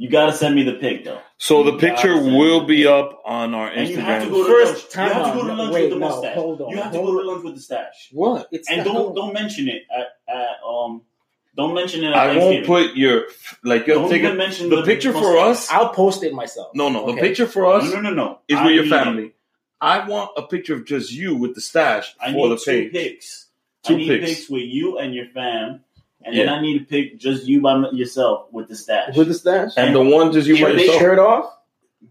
Speaker 3: You gotta send me the pic though,
Speaker 1: So the
Speaker 3: Yeah,
Speaker 1: picture
Speaker 3: I see.
Speaker 1: will be up on our
Speaker 3: and
Speaker 1: Instagram.
Speaker 3: you have to go to
Speaker 2: First
Speaker 3: lunch.
Speaker 2: time
Speaker 3: you have to
Speaker 2: out.
Speaker 3: go to lunch
Speaker 2: Wait,
Speaker 3: with the
Speaker 2: no,
Speaker 3: mustache.
Speaker 2: hold on,
Speaker 3: you have to
Speaker 2: hold
Speaker 3: go
Speaker 2: on.
Speaker 3: to lunch with the stash,
Speaker 2: What? It's
Speaker 3: and
Speaker 2: not
Speaker 3: don't
Speaker 2: going-
Speaker 3: don't mention it at, at um. Don't mention it. At
Speaker 1: I won't
Speaker 3: Thanksgiving.
Speaker 1: put your like your
Speaker 3: Don't
Speaker 1: take
Speaker 3: even
Speaker 1: a-
Speaker 3: mention
Speaker 1: the picture for
Speaker 3: mustache.
Speaker 1: us.
Speaker 2: I'll post it myself.
Speaker 1: No, no,
Speaker 2: Okay.
Speaker 1: the picture for us
Speaker 3: No, no, no, no.
Speaker 1: is
Speaker 3: I
Speaker 1: with your
Speaker 3: need-
Speaker 1: family. I want a picture of just you with the stash
Speaker 3: I
Speaker 1: for
Speaker 3: need
Speaker 1: the
Speaker 3: two
Speaker 1: page.
Speaker 3: pics.
Speaker 1: Two
Speaker 3: I need
Speaker 1: pics.
Speaker 3: pics. with you and your fam, and
Speaker 1: Yeah.
Speaker 3: then I need to pick just you by m- yourself with the stash.
Speaker 2: With the stash,
Speaker 1: And the one just you by
Speaker 2: shirt,
Speaker 1: yourself.
Speaker 2: shirt off.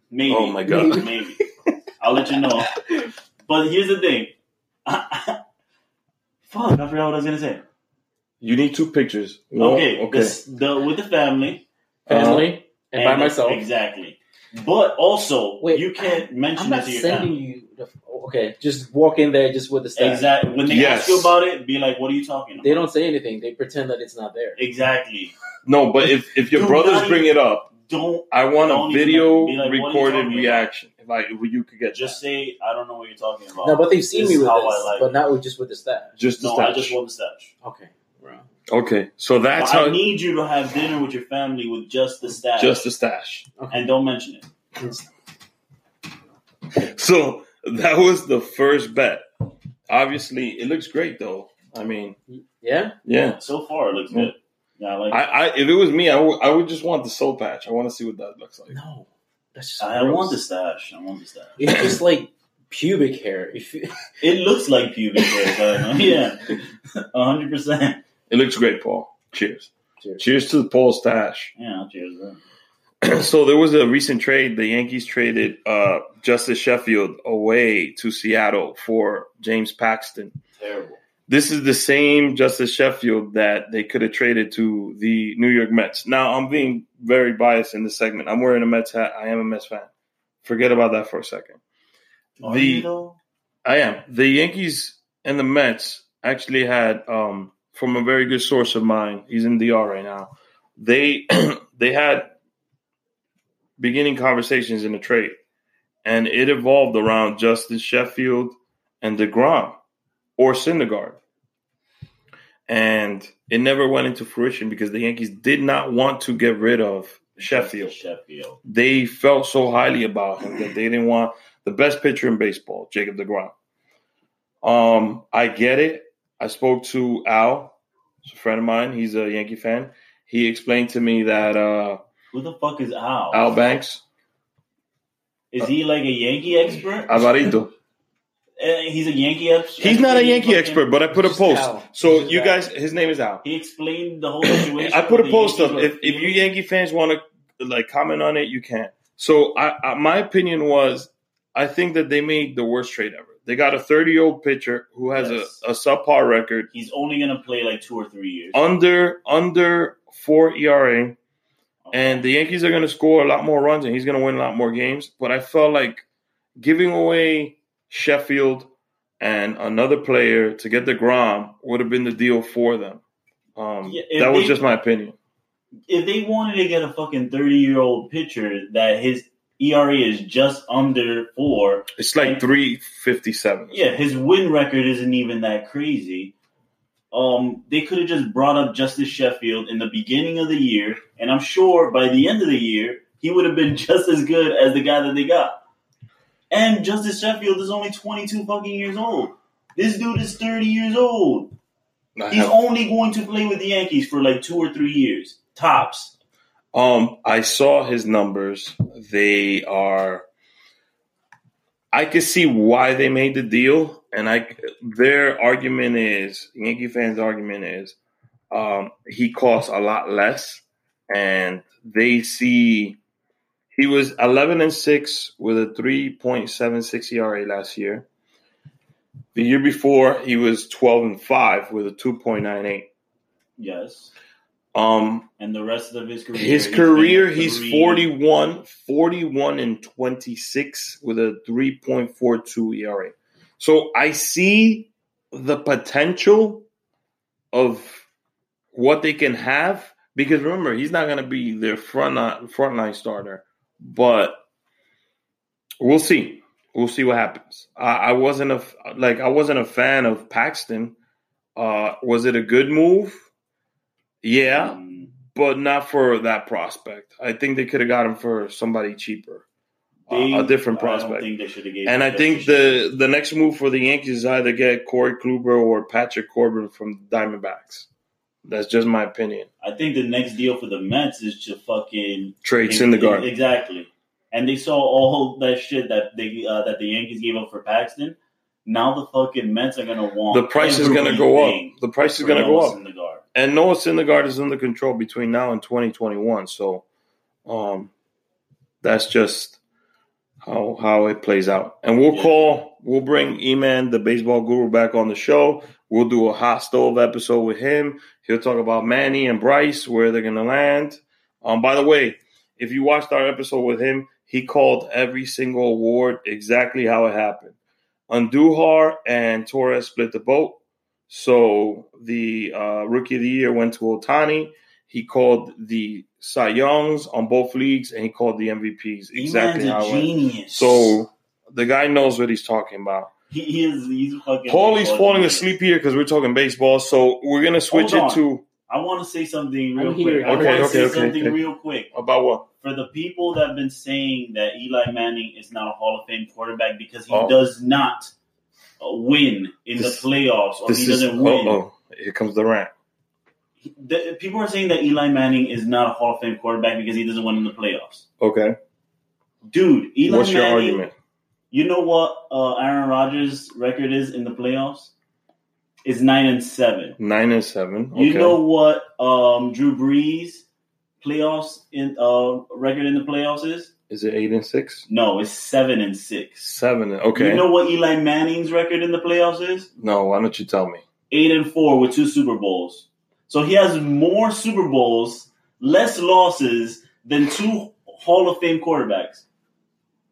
Speaker 3: maybe.
Speaker 1: Oh my God.
Speaker 3: Maybe. I'll let you know. But here's the thing. (laughs) Fuck, I forgot what I was gonna say.
Speaker 1: You need two pictures. One-
Speaker 3: Okay,
Speaker 1: okay. Uh,
Speaker 3: this- the with the family
Speaker 2: family, and, by myself.
Speaker 3: exactly. But also,
Speaker 2: Wait,
Speaker 3: you can't
Speaker 2: I'm
Speaker 3: mention it
Speaker 2: not
Speaker 3: to your
Speaker 2: sending
Speaker 3: family.
Speaker 2: you. The, okay, just walk in there just with the stash.
Speaker 3: Exactly. When they
Speaker 1: Yes.
Speaker 3: ask you about it, be like, "What are you talking about?"
Speaker 2: They don't say anything. They pretend that it's not there.
Speaker 3: Exactly.
Speaker 1: No, but if if your
Speaker 3: Do
Speaker 1: brothers
Speaker 3: not
Speaker 1: bring it up,
Speaker 3: Don't
Speaker 1: I want
Speaker 3: Don't
Speaker 1: a
Speaker 3: even
Speaker 1: video
Speaker 3: be like, what are you
Speaker 1: recorded
Speaker 3: talking about?
Speaker 1: reaction. If I if you could get
Speaker 3: just say, "I don't know what you're talking about."
Speaker 2: No, but they've seen
Speaker 3: Oh, This
Speaker 2: me
Speaker 3: is
Speaker 2: with
Speaker 3: how
Speaker 2: this,
Speaker 3: I like
Speaker 2: but
Speaker 3: it.
Speaker 2: not with just with the stash.
Speaker 1: just the
Speaker 3: No,
Speaker 1: stash.
Speaker 3: I just want the stash.
Speaker 2: Okay, bro.
Speaker 1: okay, so that's
Speaker 3: But I
Speaker 1: how
Speaker 3: need you to have dinner with your family with just the stash,
Speaker 1: just the stash.
Speaker 2: Okay.
Speaker 3: and don't mention it.
Speaker 1: So that was the first bet. Obviously, it looks great though. I mean,
Speaker 2: yeah.
Speaker 1: yeah.
Speaker 3: So far, it looks good. Yeah, I like.
Speaker 1: I, I if it was me, I would I would just want the soul patch. I want to see what that looks like.
Speaker 2: No, that's just.
Speaker 3: I, I want the
Speaker 2: gross.
Speaker 3: stash. I want the stash.
Speaker 2: It's just like pubic hair. If you,
Speaker 3: It looks like pubic hair,
Speaker 1: (laughs)
Speaker 3: but uh, yeah, hundred percent.
Speaker 1: It looks great, Paul. Cheers.
Speaker 2: Cheers.
Speaker 1: Cheers to Paul Stash.
Speaker 3: Yeah, cheers. Bro.
Speaker 1: (clears throat) so there was a recent trade. The Yankees traded uh, Justice Sheffield away to Seattle for James Paxton.
Speaker 3: Terrible.
Speaker 1: This is the same Justice Sheffield that they could have traded to the New York Mets. Now I'm being very biased in this segment. I'm wearing a Mets hat. I am a Mets fan. Forget about that for a second.
Speaker 3: Are
Speaker 1: The-
Speaker 3: you though?
Speaker 1: I am. The Yankees and the Mets actually had, um, from a very good source of mine, he's in DR right now. They (clears throat) they had beginning conversations in the trade, and it evolved around Justice Sheffield and Degrom or Syndergaard, and it never went into fruition because the Yankees did not want to get rid of Sheffield
Speaker 3: Sheffield.
Speaker 1: they felt so highly about him that they didn't want the best pitcher in baseball, Jacob DeGrom. Um, I get it. I spoke to Al, it's a friend of mine. He's a Yankee fan. He explained to me that uh,
Speaker 3: Who the fuck is Al?
Speaker 1: Al Banks,
Speaker 3: Is he like a Yankee expert?
Speaker 1: Alvarito.
Speaker 3: Uh, he's a Yankee ex- expert.
Speaker 1: He's not a Yankee
Speaker 3: fucking-
Speaker 1: expert, but I put a
Speaker 2: Just
Speaker 1: post.
Speaker 2: Al.
Speaker 1: So
Speaker 2: Just
Speaker 1: you
Speaker 2: Al.
Speaker 1: guys, his name is Al.
Speaker 3: He explained the whole situation.
Speaker 1: I put
Speaker 3: with
Speaker 1: a
Speaker 3: the
Speaker 1: post up.
Speaker 3: Yankees
Speaker 1: If, if you Yankee fans want to like comment on it, you can. So I, I my opinion was, I think that they made the worst trade ever. They got a 30 year old pitcher who has
Speaker 3: Yes.
Speaker 1: a, a subpar record.
Speaker 3: he's only gonna play like two or three years.
Speaker 1: under under four ERA, and the Yankees are going to score a lot more runs, and he's going to win a lot more games. But I felt like giving away Sheffield and another player to get the Grom would have been the deal for them. Um,
Speaker 3: Yeah, if
Speaker 1: that was
Speaker 3: they-
Speaker 1: just my opinion.
Speaker 3: if they wanted to get a fucking 30 year old pitcher that his ERA is just under four,
Speaker 1: It's like three fifty seven.
Speaker 3: yeah, his win record isn't even that crazy. Um, they could have just brought up Justice Sheffield in the beginning of the year, and I'm sure by the end of the year, he would have been (laughs) just as good as the guy that they got. And Justice Sheffield is only 22 fucking years old. This dude is 30 years old. He's only going to play with the Yankees for like two or three years, tops.
Speaker 1: Um, I saw his numbers. They are I can see why they made the deal, and I their argument is Yankee fans' argument is um, he costs a lot less, and they see he was eleven and six with a three point seven six ERA last year. The year before, he was twelve and five with a two point nine eight.
Speaker 3: Yes.
Speaker 1: Um,
Speaker 3: And the rest of his career.
Speaker 1: his
Speaker 3: he's
Speaker 1: career,
Speaker 3: been
Speaker 1: he's
Speaker 3: three-
Speaker 1: 41, 41 and 26 with a 3.42 ERA. E So I see the potential of what they can have because remember, he's not going to be their front line, frontline starter, but we'll see. We'll see what happens. I, I wasn't a f- like I wasn't a fan of Paxton. Uh, was it a good move? Yeah,
Speaker 3: Um,
Speaker 1: but not for that prospect. I think they could have got him for somebody cheaper, uh,
Speaker 3: they-
Speaker 1: a different
Speaker 3: I don't
Speaker 1: prospect.
Speaker 3: think they should have gave
Speaker 1: And
Speaker 3: him
Speaker 1: I
Speaker 3: that
Speaker 1: think
Speaker 3: position.
Speaker 1: the the next move for the Yankees is either get Corey Kluber or Patrick Corbin from the Diamondbacks. That's just my opinion.
Speaker 3: I think the next deal for the Mets is to fucking
Speaker 1: Trade Syndergaard.
Speaker 3: Exactly. And they saw all that shit that they uh, that the Yankees gave up for Paxton. Now the fucking Mets are gonna want
Speaker 1: The price is going to go up. The price is going to go up.
Speaker 3: Syndergaard.
Speaker 1: And Noah Syndergaard is under control between now and 2021. So, um, that's just how how it plays out. And we'll
Speaker 3: Yeah.
Speaker 1: call, we'll bring Eman, the baseball guru, back on the show. We'll do a hot stove episode with him. He'll talk about Manny and Bryce, where they're gonna land. Um, by the way, if you watched our episode with him, he called every single award exactly how it happened. Andujar and Torres split the vote. So the uh, rookie of the year went to Otani. He called the Cy Youngs on both leagues, and he called the MVPs exactly
Speaker 3: He
Speaker 1: how
Speaker 3: man's a
Speaker 1: it went.
Speaker 3: genius.
Speaker 1: So the guy knows what he's talking about.
Speaker 3: he, he is he's a fucking.
Speaker 1: Paulie's
Speaker 3: baseball
Speaker 1: falling
Speaker 3: genius.
Speaker 1: asleep here because we're talking baseball, so we're gonna switch
Speaker 3: Hold
Speaker 1: it
Speaker 3: on.
Speaker 1: to
Speaker 3: I want to say something real
Speaker 2: I'm
Speaker 3: quick.
Speaker 2: here.
Speaker 3: I
Speaker 1: Okay,
Speaker 3: want to
Speaker 1: okay,
Speaker 3: say
Speaker 1: okay,
Speaker 3: something
Speaker 1: okay.
Speaker 3: real quick
Speaker 1: about what?
Speaker 3: for the people that've been saying that Eli Manning is not a Hall of Fame quarterback because he
Speaker 1: Oh.
Speaker 3: does not uh, win in
Speaker 1: This-
Speaker 3: the playoffs or he
Speaker 1: This is
Speaker 3: doesn't win.
Speaker 1: oh, here comes the rant.
Speaker 3: The, people are saying that Eli Manning is not a Hall of Fame quarterback because he doesn't win in the playoffs.
Speaker 1: Okay,
Speaker 3: Dude, Eli
Speaker 1: what's your
Speaker 3: Manning,
Speaker 1: argument?
Speaker 3: You know what uh, Aaron Rodgers' record is in the playoffs? It's nine and seven.
Speaker 1: Nine and seven. Okay.
Speaker 3: You know what um, Drew Brees' playoffs in uh, record in the playoffs is?
Speaker 1: is it eight and six?
Speaker 3: No, it's seven and six.
Speaker 1: Seven. and- Okay.
Speaker 3: You know what Eli Manning's record in the playoffs is?
Speaker 1: no, why don't you tell me?
Speaker 3: Eight and four with two Super Bowls. So he has more Super Bowls, less losses than two Hall of Fame quarterbacks.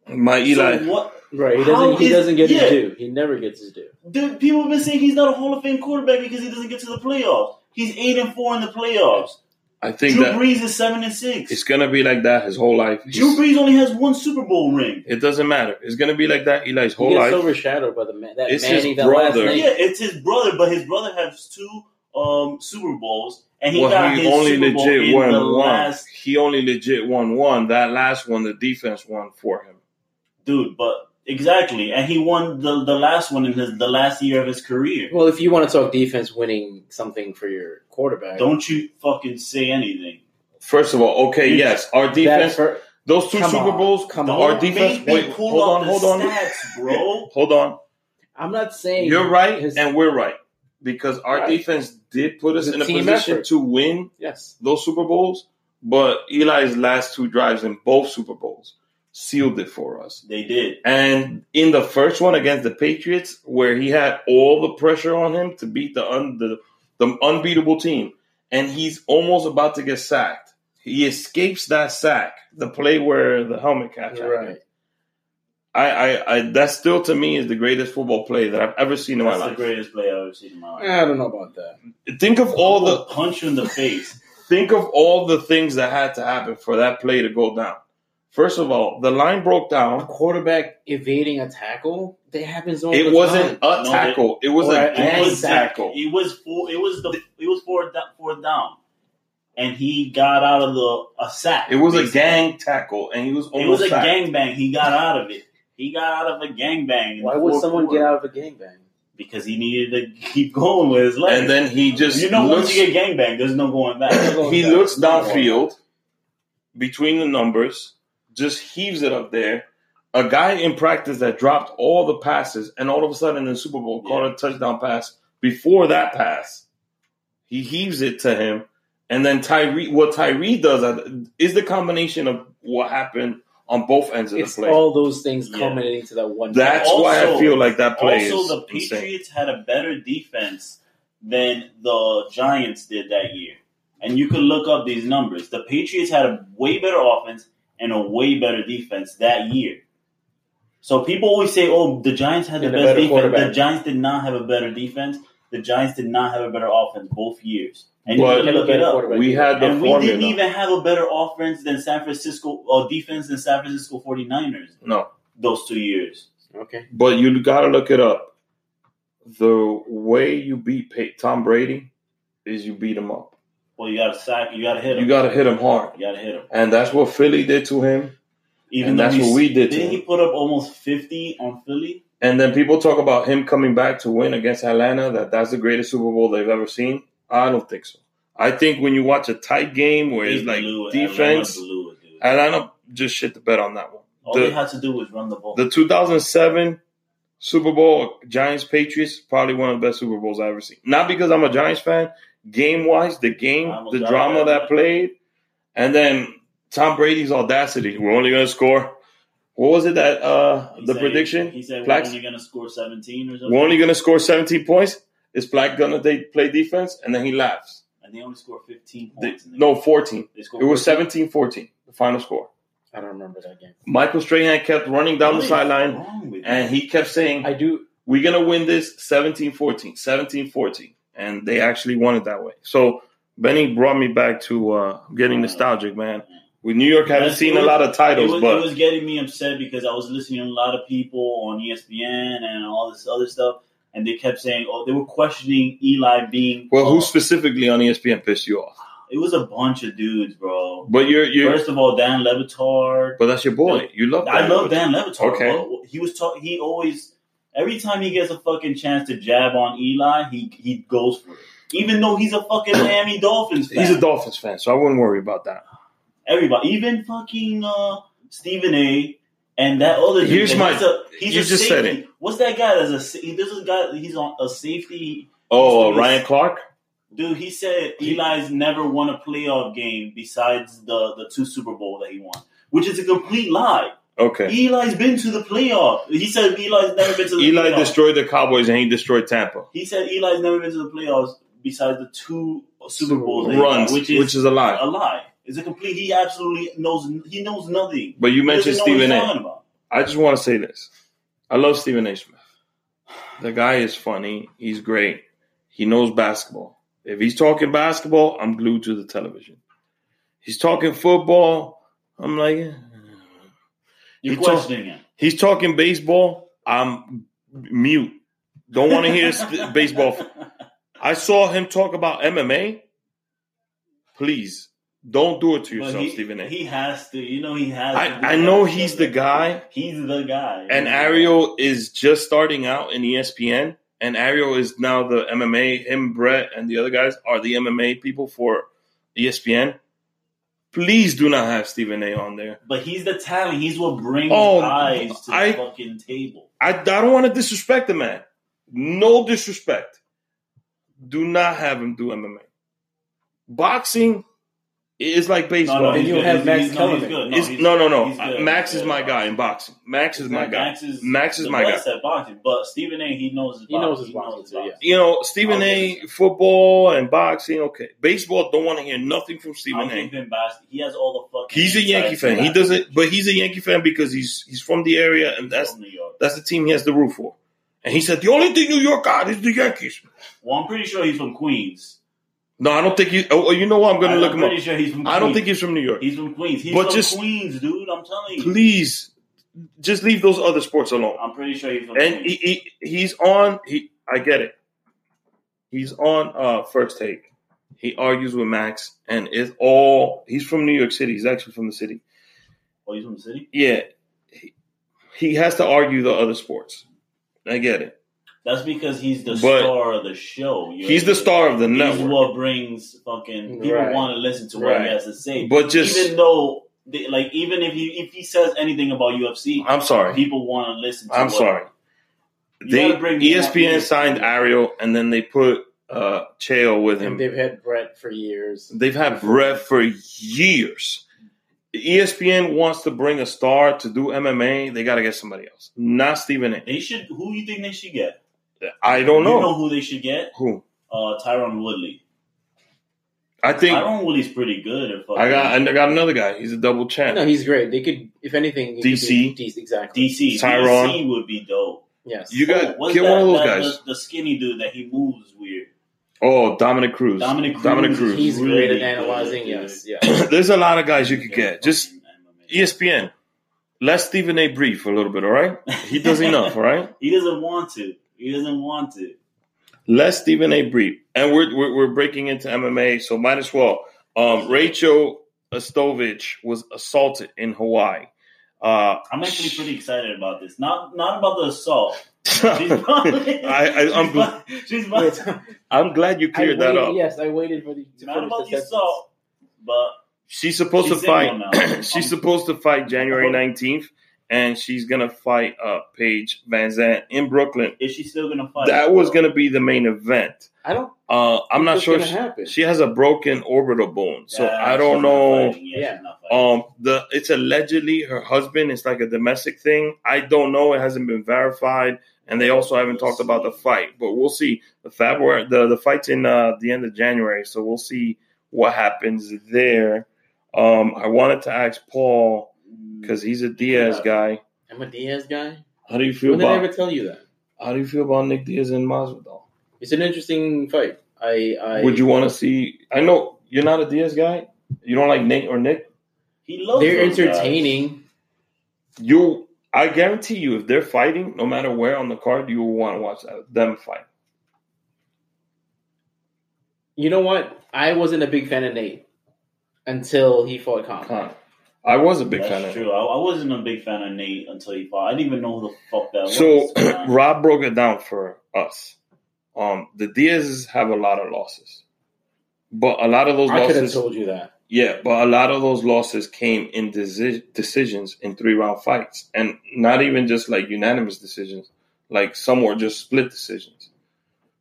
Speaker 1: My Eli.
Speaker 3: So what?
Speaker 2: Right. He
Speaker 3: How
Speaker 2: doesn't. He
Speaker 3: is-
Speaker 2: doesn't get
Speaker 3: yeah.
Speaker 2: his due. He never gets his due.
Speaker 3: Dude, people have been saying he's not a Hall of Fame quarterback because he doesn't get to the playoffs. He's eight and four in the playoffs.
Speaker 1: I think
Speaker 3: Drew
Speaker 1: that
Speaker 3: Brees is seven and six.
Speaker 1: it's gonna be like that his whole life.
Speaker 3: Drew
Speaker 1: He's-
Speaker 3: Brees only has one Super Bowl ring.
Speaker 1: It doesn't matter. It's gonna be like that Eli's
Speaker 2: He
Speaker 1: whole
Speaker 2: gets
Speaker 1: life.
Speaker 2: overshadowed by the man. That
Speaker 1: It's his
Speaker 2: Manning. That last
Speaker 1: brother.
Speaker 2: name.
Speaker 3: Yeah, it's his brother, but his brother has two um, Super Bowls, and he
Speaker 1: well,
Speaker 3: got
Speaker 1: he
Speaker 3: his
Speaker 1: only
Speaker 3: Super Bowl
Speaker 1: legit
Speaker 3: in
Speaker 1: won
Speaker 3: the
Speaker 1: one.
Speaker 3: last.
Speaker 1: He only legit won one. That last one, the defense won for him.
Speaker 3: Dude, but exactly, and he won the, the last one in his the last year of his career.
Speaker 2: Well, if you want to talk defense, winning something for your quarterback.
Speaker 3: Don't you fucking say anything.
Speaker 1: First of all, okay,
Speaker 3: You-
Speaker 1: yes, our
Speaker 2: That's
Speaker 1: defense.
Speaker 2: for,
Speaker 1: Those two
Speaker 2: Come
Speaker 1: Super
Speaker 2: on,
Speaker 1: Bowls,
Speaker 2: come
Speaker 3: Don't
Speaker 2: on.
Speaker 1: our defense.
Speaker 3: make me
Speaker 1: Wait,
Speaker 3: pull
Speaker 1: hold
Speaker 3: out
Speaker 1: on,
Speaker 3: the
Speaker 1: hold on,
Speaker 3: stats,
Speaker 1: (laughs)
Speaker 3: bro.
Speaker 1: hold on.
Speaker 2: I'm not saying
Speaker 1: You're right,
Speaker 2: his-
Speaker 1: and we're right because our
Speaker 2: Right.
Speaker 1: defense did put us
Speaker 2: It's a
Speaker 1: in a
Speaker 2: team
Speaker 1: position
Speaker 2: effort.
Speaker 1: to win
Speaker 2: yes,
Speaker 1: those Super Bowls. But Eli's last two drives in both Super Bowls sealed it for us.
Speaker 3: They did.
Speaker 1: And in the first one against the Patriots, where he had all the pressure on him to beat the un- the, the unbeatable team, and he's almost about to get sacked. He escapes that sack, the play where the helmet catch.
Speaker 2: You're
Speaker 1: happened. I, I, I, that still to me is the greatest football play that I've ever seen in
Speaker 3: That's
Speaker 1: my
Speaker 3: the
Speaker 1: life.
Speaker 3: greatest play I've ever seen in my life.
Speaker 2: I don't know about that.
Speaker 1: Think of all
Speaker 3: I'll
Speaker 1: the,
Speaker 3: punch you in the
Speaker 1: (laughs)
Speaker 3: face.
Speaker 1: think of all the things that had to happen for that play to go down. First of all, the line broke
Speaker 2: A
Speaker 1: down.
Speaker 2: quarterback evading a tackle that happens all the
Speaker 1: It wasn't
Speaker 2: time.
Speaker 3: No,
Speaker 1: a
Speaker 3: it-
Speaker 1: tackle. It was
Speaker 2: or
Speaker 1: a
Speaker 2: it
Speaker 3: It
Speaker 1: gang
Speaker 3: was
Speaker 1: tackle.
Speaker 3: It was four. It was the. It was four. da- Fourth down, and he got out of the a sack.
Speaker 1: It was a
Speaker 3: basically.
Speaker 1: gang tackle, and he was
Speaker 3: It
Speaker 1: almost
Speaker 3: was a
Speaker 1: sacked.
Speaker 3: gangbang. He got out of it. He got out of a gangbang. in
Speaker 2: Why
Speaker 3: the
Speaker 2: would
Speaker 3: fourth
Speaker 2: someone
Speaker 3: quarter.
Speaker 2: get out of a gangbang?
Speaker 3: Because he needed to keep (laughs) going with his legs.
Speaker 1: And then he just
Speaker 3: you know,
Speaker 1: looks,
Speaker 3: once you get gangbang, there's no going
Speaker 1: (laughs) (coughs)
Speaker 3: back.
Speaker 2: get-
Speaker 1: he
Speaker 2: Going
Speaker 1: looks
Speaker 2: back.
Speaker 1: downfield between the numbers, just heaves it up there a guy in practice that dropped all the passes and all of a sudden in the Super Bowl caught a touchdown pass before that pass. He heaves it to him. And then Tyree, what Tyree does at- is the combination of what happened on both ends of
Speaker 2: It's
Speaker 1: the play.
Speaker 2: all those things
Speaker 3: Yeah.
Speaker 2: culminating to that one.
Speaker 1: That's
Speaker 3: Also-
Speaker 1: why I feel like that play is
Speaker 3: Also, the
Speaker 1: insane.
Speaker 3: Patriots had a better defense than the Giants did that year. And you could look up these numbers. The Patriots had a way better offense and a way better defense that year. So people always say, "Oh, the Giants had the
Speaker 2: And a
Speaker 3: best
Speaker 2: better
Speaker 3: defense." The
Speaker 2: quarterback.
Speaker 3: Giants did not have a better defense. The Giants did not have a better offense both years. And
Speaker 1: But-
Speaker 3: you can look it up.
Speaker 1: We had the
Speaker 3: And we
Speaker 1: formula.
Speaker 3: didn't even have a better offense than San Francisco or defense than San Francisco 49ers
Speaker 1: no,
Speaker 3: those two years.
Speaker 2: okay.
Speaker 1: but you got to look it up. The way you beat Pa Tom Brady is you beat him up.
Speaker 3: Well, you got to sack, you got to hit him.
Speaker 1: You got to hit him hard,
Speaker 3: You got to hit him.
Speaker 1: and that's what Philly did to him.
Speaker 3: Even
Speaker 1: And
Speaker 3: though
Speaker 1: that's
Speaker 3: he-
Speaker 1: what we did to
Speaker 3: Didn't he
Speaker 1: him.
Speaker 3: put up almost 50 on Philly?
Speaker 1: And then people talk about him coming back to win against Atlanta. That that's the greatest Super Bowl they've ever seen. I don't think so. I think when you watch a tight game where it's
Speaker 3: They
Speaker 1: like
Speaker 3: blew it.
Speaker 1: defense,
Speaker 3: Atlanta blew it, dude.
Speaker 1: Atlanta just shit the bet on that one.
Speaker 3: All
Speaker 1: The-
Speaker 3: they had to do was run the ball.
Speaker 1: The 2007 Super Bowl Giants Patriots probably one of the best Super Bowls I've ever seen. Not because I'm a Giants fan, game wise, the game,
Speaker 3: I was
Speaker 1: the
Speaker 3: not
Speaker 1: drama
Speaker 3: there.
Speaker 1: that played, and then Tom Brady's audacity. We're only going to score. What was it that uh,
Speaker 3: He
Speaker 1: the
Speaker 3: said-
Speaker 1: prediction?
Speaker 3: He said
Speaker 1: Plax-
Speaker 3: we're only going to score 17 or something.
Speaker 1: We're only going to score 17 points. Is Black going to play defense? And then he laughs.
Speaker 3: and they only scored 15
Speaker 1: They-
Speaker 3: points. in the
Speaker 1: no,
Speaker 3: game.
Speaker 1: 14.
Speaker 3: They scored
Speaker 1: It was
Speaker 3: 14.
Speaker 1: 17 14, the final score.
Speaker 2: I don't remember that game.
Speaker 1: Michael Strahan kept running down the
Speaker 3: What is
Speaker 1: sideline
Speaker 3: wrong with
Speaker 1: and
Speaker 3: you?
Speaker 1: he kept saying,
Speaker 2: I do.
Speaker 1: we're going to win this 17-14 17-14 and they actually won it that way so benny brought me back to uh, getting nostalgic man with new york haven't
Speaker 3: That's
Speaker 1: seen a
Speaker 3: cool.
Speaker 1: lot of titles
Speaker 3: It was,
Speaker 1: but
Speaker 3: it was getting me upset because I was listening to a lot of people on E ESPN and all this other stuff, and they kept saying, "Oh, they were questioning Eli being."
Speaker 1: well who specifically on E espn pissed you off
Speaker 3: It was a bunch of dudes, bro.
Speaker 1: but you're you're
Speaker 3: First of all, Dan Levitard.
Speaker 1: but that's your boy you love
Speaker 3: I
Speaker 1: that.
Speaker 3: love Dan Levitard.
Speaker 1: Okay.
Speaker 3: bro. he was talk. He always, every time he gets a fucking chance to jab on Eli, he he goes for it. Even though he's a
Speaker 1: (coughs)
Speaker 3: fucking Miami Dolphins fan,
Speaker 1: he's a dolphins fan so i wouldn't worry about that
Speaker 3: everybody, even fucking uh, Stephen A. And that other dude,
Speaker 1: Here's
Speaker 3: he's
Speaker 1: my-
Speaker 3: a, he's
Speaker 1: you
Speaker 3: a
Speaker 1: just
Speaker 3: safety.
Speaker 1: said
Speaker 3: What's that guy? That's a sa- there's this guy. He's on a safety
Speaker 1: oh
Speaker 3: He's-
Speaker 1: ryan clark
Speaker 3: dude. He said Eli's never won a playoff game besides the the two Super Bowl that he won, which is a complete lie.
Speaker 1: okay
Speaker 3: Eli's been to the playoff. He said Eli's never been to the
Speaker 1: eli
Speaker 3: playoffs.
Speaker 1: destroyed the cowboys and he destroyed tampa
Speaker 3: he said Eli's never been to the playoffs besides the two Super
Speaker 2: Super
Speaker 3: Bowls
Speaker 2: Bowl.
Speaker 3: that he won,
Speaker 1: runs
Speaker 3: which is
Speaker 1: a lie
Speaker 3: a lie. It's a complete. He absolutely knows. He knows nothing.
Speaker 1: but you
Speaker 3: He doesn't
Speaker 1: mentioned
Speaker 3: know what he's
Speaker 1: stephen a
Speaker 3: talking about.
Speaker 1: I just want to say this. I love Stephen A. Smith. The guy is funny. He's great. He knows basketball. If he's talking basketball, I'm glued to the television. He's talking football. I'm like, eh.
Speaker 3: You're
Speaker 1: He talk-
Speaker 3: questioning him.
Speaker 1: he's talking baseball. I'm mute. Don't want to
Speaker 3: (laughs)
Speaker 1: hear sp- (laughs) baseball. I saw him talk about MMA. Please don't do it to
Speaker 3: But
Speaker 1: yourself,
Speaker 3: he,
Speaker 1: Stephen A.
Speaker 3: he has to. You know he has.
Speaker 1: I-
Speaker 3: to do
Speaker 1: I
Speaker 3: that.
Speaker 1: know he's the guy.
Speaker 3: He's the guy.
Speaker 1: and Ariel is just starting out in E ESPN, and Ariel is now the MMA. Him, Brett, and the other guys are the MMA people for E ESPN. Please do not have Stephen A. on there.
Speaker 3: But he's the talent. He's what brings
Speaker 1: Oh,
Speaker 3: eyes to
Speaker 1: I-
Speaker 3: the fucking table.
Speaker 1: I, I don't want to disrespect the man. No disrespect. Do not have him do MMA. Boxing is like baseball.
Speaker 2: And
Speaker 3: he's
Speaker 2: you
Speaker 3: good.
Speaker 2: have
Speaker 3: He's-
Speaker 2: Max
Speaker 3: he's- no, he's
Speaker 2: Kellerman.
Speaker 3: good.
Speaker 1: It's-
Speaker 3: he's-
Speaker 1: no, no, no.
Speaker 3: he's good.
Speaker 1: Max
Speaker 3: He's
Speaker 1: is
Speaker 3: good.
Speaker 1: my guy in boxing. Max is my guy.
Speaker 3: Max is
Speaker 1: Max is
Speaker 3: the
Speaker 1: my guy.
Speaker 3: best at boxing, but Stephen A. He knows his
Speaker 2: He knows his
Speaker 3: boxing.
Speaker 2: boxing, too, yeah.
Speaker 1: you know, Stephen
Speaker 3: Okay.
Speaker 1: A. football and boxing, okay. Baseball don't want to hear nothing from Stephen
Speaker 3: I don't
Speaker 1: A.
Speaker 3: think Ben Bast- he has all the fucking.
Speaker 1: He's a
Speaker 3: insight
Speaker 1: Yankee
Speaker 3: to
Speaker 1: fan. He
Speaker 3: that.
Speaker 1: doesn't, but he's a Yankee fan because he's he's from the area, and
Speaker 3: He's
Speaker 1: that's
Speaker 3: from New York.
Speaker 1: that's the team he has to root for. And he said the only thing New York got is the Yankees.
Speaker 3: Well, I'm pretty sure he's from Queens.
Speaker 1: No, I don't think he. Oh, oh, you know what? I'm going to
Speaker 3: I'm
Speaker 1: look him up.
Speaker 3: pretty sure he's from.
Speaker 1: I don't think
Speaker 3: Queens.
Speaker 1: he's from New York.
Speaker 3: he's from Queens. He's
Speaker 1: But
Speaker 3: from
Speaker 1: just-
Speaker 3: Queens, dude. I'm telling you.
Speaker 1: Please, just leave those other sports alone.
Speaker 3: I'm pretty sure he's from
Speaker 1: And
Speaker 3: Queens.
Speaker 1: he, he he's on. He I get it. He's on uh first take. He argues with Max, and it's all. He's from New York City. He's actually from the city.
Speaker 3: oh, he's from the city.
Speaker 1: Yeah, he, he has to argue the other sports. I get it.
Speaker 3: That's because he's the
Speaker 1: But-
Speaker 3: star of the show. You're-
Speaker 1: He's the star of the
Speaker 3: He's
Speaker 1: network.
Speaker 3: what brings fucking people
Speaker 2: Right.
Speaker 3: want to listen to what
Speaker 1: Right.
Speaker 3: he has to say.
Speaker 1: But just-
Speaker 3: even though they, like even if he if he says anything about UFC,
Speaker 1: I'm sorry.
Speaker 3: people want to listen. to
Speaker 1: I'm
Speaker 3: what-
Speaker 1: sorry.
Speaker 3: You
Speaker 1: They E
Speaker 3: gotta bring me up.
Speaker 1: ESPN signed Ariel, and then they put uh, Chael with him.
Speaker 2: They've had Brett for years.
Speaker 1: They've had Brett for years. E ESPN wants to bring a star to do MMA. They got to get somebody else, not Stephen A.
Speaker 3: They should. Who you think they should get?
Speaker 1: I don't know,
Speaker 3: You know who they should get?
Speaker 1: who.
Speaker 3: Uh, Tyron Woodley.
Speaker 1: I think I,
Speaker 3: Tyron Woodley's pretty good. If, uh,
Speaker 1: got. I got another guy. He's a double champ.
Speaker 2: No, he's great. They could, if anything, he could
Speaker 1: DC.
Speaker 2: be DC exactly.
Speaker 3: DC.
Speaker 1: Tyron.
Speaker 3: DC would be dope.
Speaker 2: Yes,
Speaker 1: You got
Speaker 3: Oh, what's
Speaker 1: get one of those
Speaker 3: that-
Speaker 1: guys.
Speaker 3: The, the skinny dude that he moves weird.
Speaker 1: oh, Dominic Cruz.
Speaker 3: Dominic Cruz.
Speaker 1: Dominic Cruz.
Speaker 2: he's
Speaker 3: really
Speaker 2: great at
Speaker 3: good,
Speaker 2: analyzing.
Speaker 3: dude.
Speaker 2: yes, yeah.
Speaker 1: (clears throat) (laughs)
Speaker 2: (laughs)
Speaker 1: There's a lot of guys you could get. Just E
Speaker 3: Yeah.
Speaker 1: ESPN. Let Stephen A. breathe for a little bit. All right, he does enough. All right.
Speaker 3: He doesn't want to. He doesn't want to.
Speaker 1: Let Stephen A. breathe. And we're, we're, we're breaking into MMA, so might as well. Um, Rachel Estovich was assaulted in Hawaii. Uh, (laughs)
Speaker 3: I'm actually pretty excited about this. Not not about the assault. She's probably,
Speaker 1: (laughs) I- I- I'm-
Speaker 3: she's, about, she's about-
Speaker 1: I'm glad you
Speaker 2: I
Speaker 1: cleared that
Speaker 2: waited-
Speaker 1: up.
Speaker 2: Yes, I waited for the. to
Speaker 3: not
Speaker 2: finish
Speaker 3: about the
Speaker 2: sentence.
Speaker 3: assault, but
Speaker 1: She's supposed
Speaker 3: She's
Speaker 1: to
Speaker 3: single
Speaker 1: fight.
Speaker 3: now.
Speaker 1: (clears throat) she's supposed to fight January 19th, and she's gonna fight uh, Paige Van Zandt in Brooklyn.
Speaker 3: is she still gonna fight?
Speaker 1: That was gonna be the main event.
Speaker 2: I don't.
Speaker 1: Uh, I'm not
Speaker 2: That's
Speaker 1: sure.
Speaker 2: gonna
Speaker 1: If
Speaker 2: happen.
Speaker 1: she, she has a broken orbital bone, so
Speaker 3: Yeah,
Speaker 1: I
Speaker 3: she's
Speaker 1: don't
Speaker 3: not
Speaker 1: know.
Speaker 3: fighting. Yeah, she's not fighting.
Speaker 1: Um, the it's allegedly her husband. It's like a domestic thing. I don't know. It hasn't been verified, and they also haven't talked about the fight. But we'll see. The February, the the fight's in uh, the end of January, so we'll see what happens there. Um, I wanted to ask Paul
Speaker 3: Mm.
Speaker 1: because he's a Diaz guy.
Speaker 2: I'm a Diaz guy.
Speaker 1: How do you feel
Speaker 2: When did I ever
Speaker 1: about
Speaker 2: tell you that?
Speaker 1: How do you feel about Nick Diaz and Masvidal?
Speaker 2: It's an interesting fight. I, I
Speaker 1: Would you want to see? I know you're not a Diaz guy. You don't like Nate or Nick.
Speaker 3: he loves
Speaker 2: They're
Speaker 3: those guys.
Speaker 2: entertaining.
Speaker 1: you I guarantee you, if they're fighting, no matter where on the card, you will want to watch that- them fight.
Speaker 2: You know what? I wasn't a big fan of Nate until he fought Khan.
Speaker 1: Huh. I was a big
Speaker 3: That's
Speaker 1: fan of
Speaker 3: true. I, I wasn't a big fan of Nate until he fought. I didn't even know who the fuck that
Speaker 1: So uh,
Speaker 3: was. man.
Speaker 1: Rob broke it down for us. Um, the Diaz's have a lot of losses, but a lot of those
Speaker 2: I could have
Speaker 1: losses,
Speaker 2: told you that.
Speaker 1: yeah, but a lot of those losses came in deci- decisions in three round fights, and not even just like unanimous decisions. Like some were just split decisions.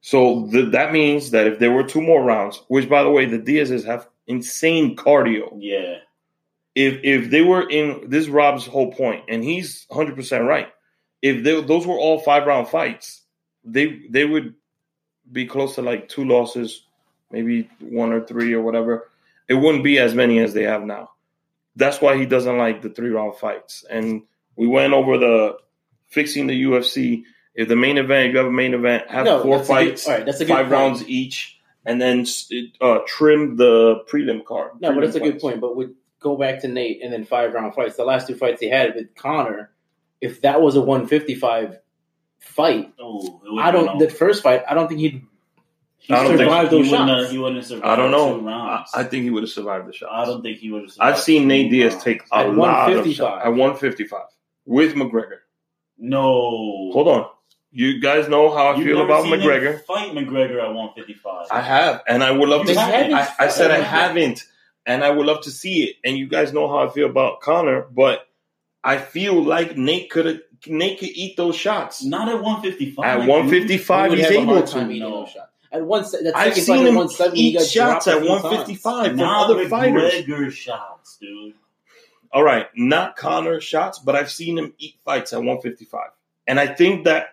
Speaker 1: So th- that means that if there were two more rounds, which by the way, the Diaz's have insane cardio.
Speaker 3: yeah,
Speaker 1: if if they were in this is Rob's whole point, and he's hundred percent right. If they, those were all five round fights, they they would be close to like two losses, maybe one or three or whatever. It wouldn't be as many as they have now. That's why he doesn't like the three round fights. And we went over the fixing the UFC. If the main event, if you have a main event, have
Speaker 2: No,
Speaker 1: four
Speaker 2: that's a good-
Speaker 1: fights,
Speaker 2: all right, that's a good
Speaker 1: five
Speaker 2: point.
Speaker 1: rounds each, and then uh, trim the prelim card.
Speaker 2: No, but
Speaker 1: prelim
Speaker 2: that's a good
Speaker 1: fights.
Speaker 2: point. But would go back to Nate and then five round fights. The last two fights he had with Connor, if that was a 155 fight,
Speaker 3: oh, it
Speaker 2: I don't. The first fight, I don't think he'd.
Speaker 3: he
Speaker 1: I don't think-
Speaker 3: survived
Speaker 2: he
Speaker 3: those
Speaker 2: wouldn't-
Speaker 3: shots. He wouldn't survive.
Speaker 1: I don't
Speaker 3: Two
Speaker 1: know. I,
Speaker 3: rounds.
Speaker 1: I think he would have survived the shot.
Speaker 3: I don't think he would have.
Speaker 1: I've
Speaker 3: survived
Speaker 1: seen
Speaker 3: two
Speaker 1: Nate Diaz
Speaker 3: rounds.
Speaker 1: take a
Speaker 2: At
Speaker 1: lot of
Speaker 2: 155.
Speaker 1: shots at 155 with McGregor.
Speaker 3: No,
Speaker 1: Hold on, you guys know how I
Speaker 3: You've
Speaker 1: feel
Speaker 3: never
Speaker 1: about
Speaker 3: seen him
Speaker 1: McGregor.
Speaker 3: Fight McGregor at 155.
Speaker 1: I have, and I would love
Speaker 3: You
Speaker 1: to. See it.
Speaker 3: haven't?
Speaker 1: I, I said I
Speaker 3: Oh.
Speaker 1: haven't, and I would love to see it. And you guys know how I feel about Connor, but I feel like Nate could have Nate could eat those shots
Speaker 3: Not at 155.
Speaker 1: at
Speaker 3: dude.
Speaker 1: 155.
Speaker 2: he would
Speaker 1: He's
Speaker 2: have a hard
Speaker 1: able
Speaker 2: time
Speaker 1: to.
Speaker 2: eating
Speaker 3: No.
Speaker 2: those shots. At one, that second
Speaker 1: I've
Speaker 2: fight
Speaker 1: seen
Speaker 2: at
Speaker 1: him
Speaker 2: 170, he
Speaker 1: eat
Speaker 2: got
Speaker 1: shots at
Speaker 2: dropped a few times.
Speaker 1: 155 from
Speaker 3: Not
Speaker 1: other fighters.
Speaker 3: McGregor shots, dude.
Speaker 1: all right, not Connor shots, but I've seen him eat fights at 155. And I think that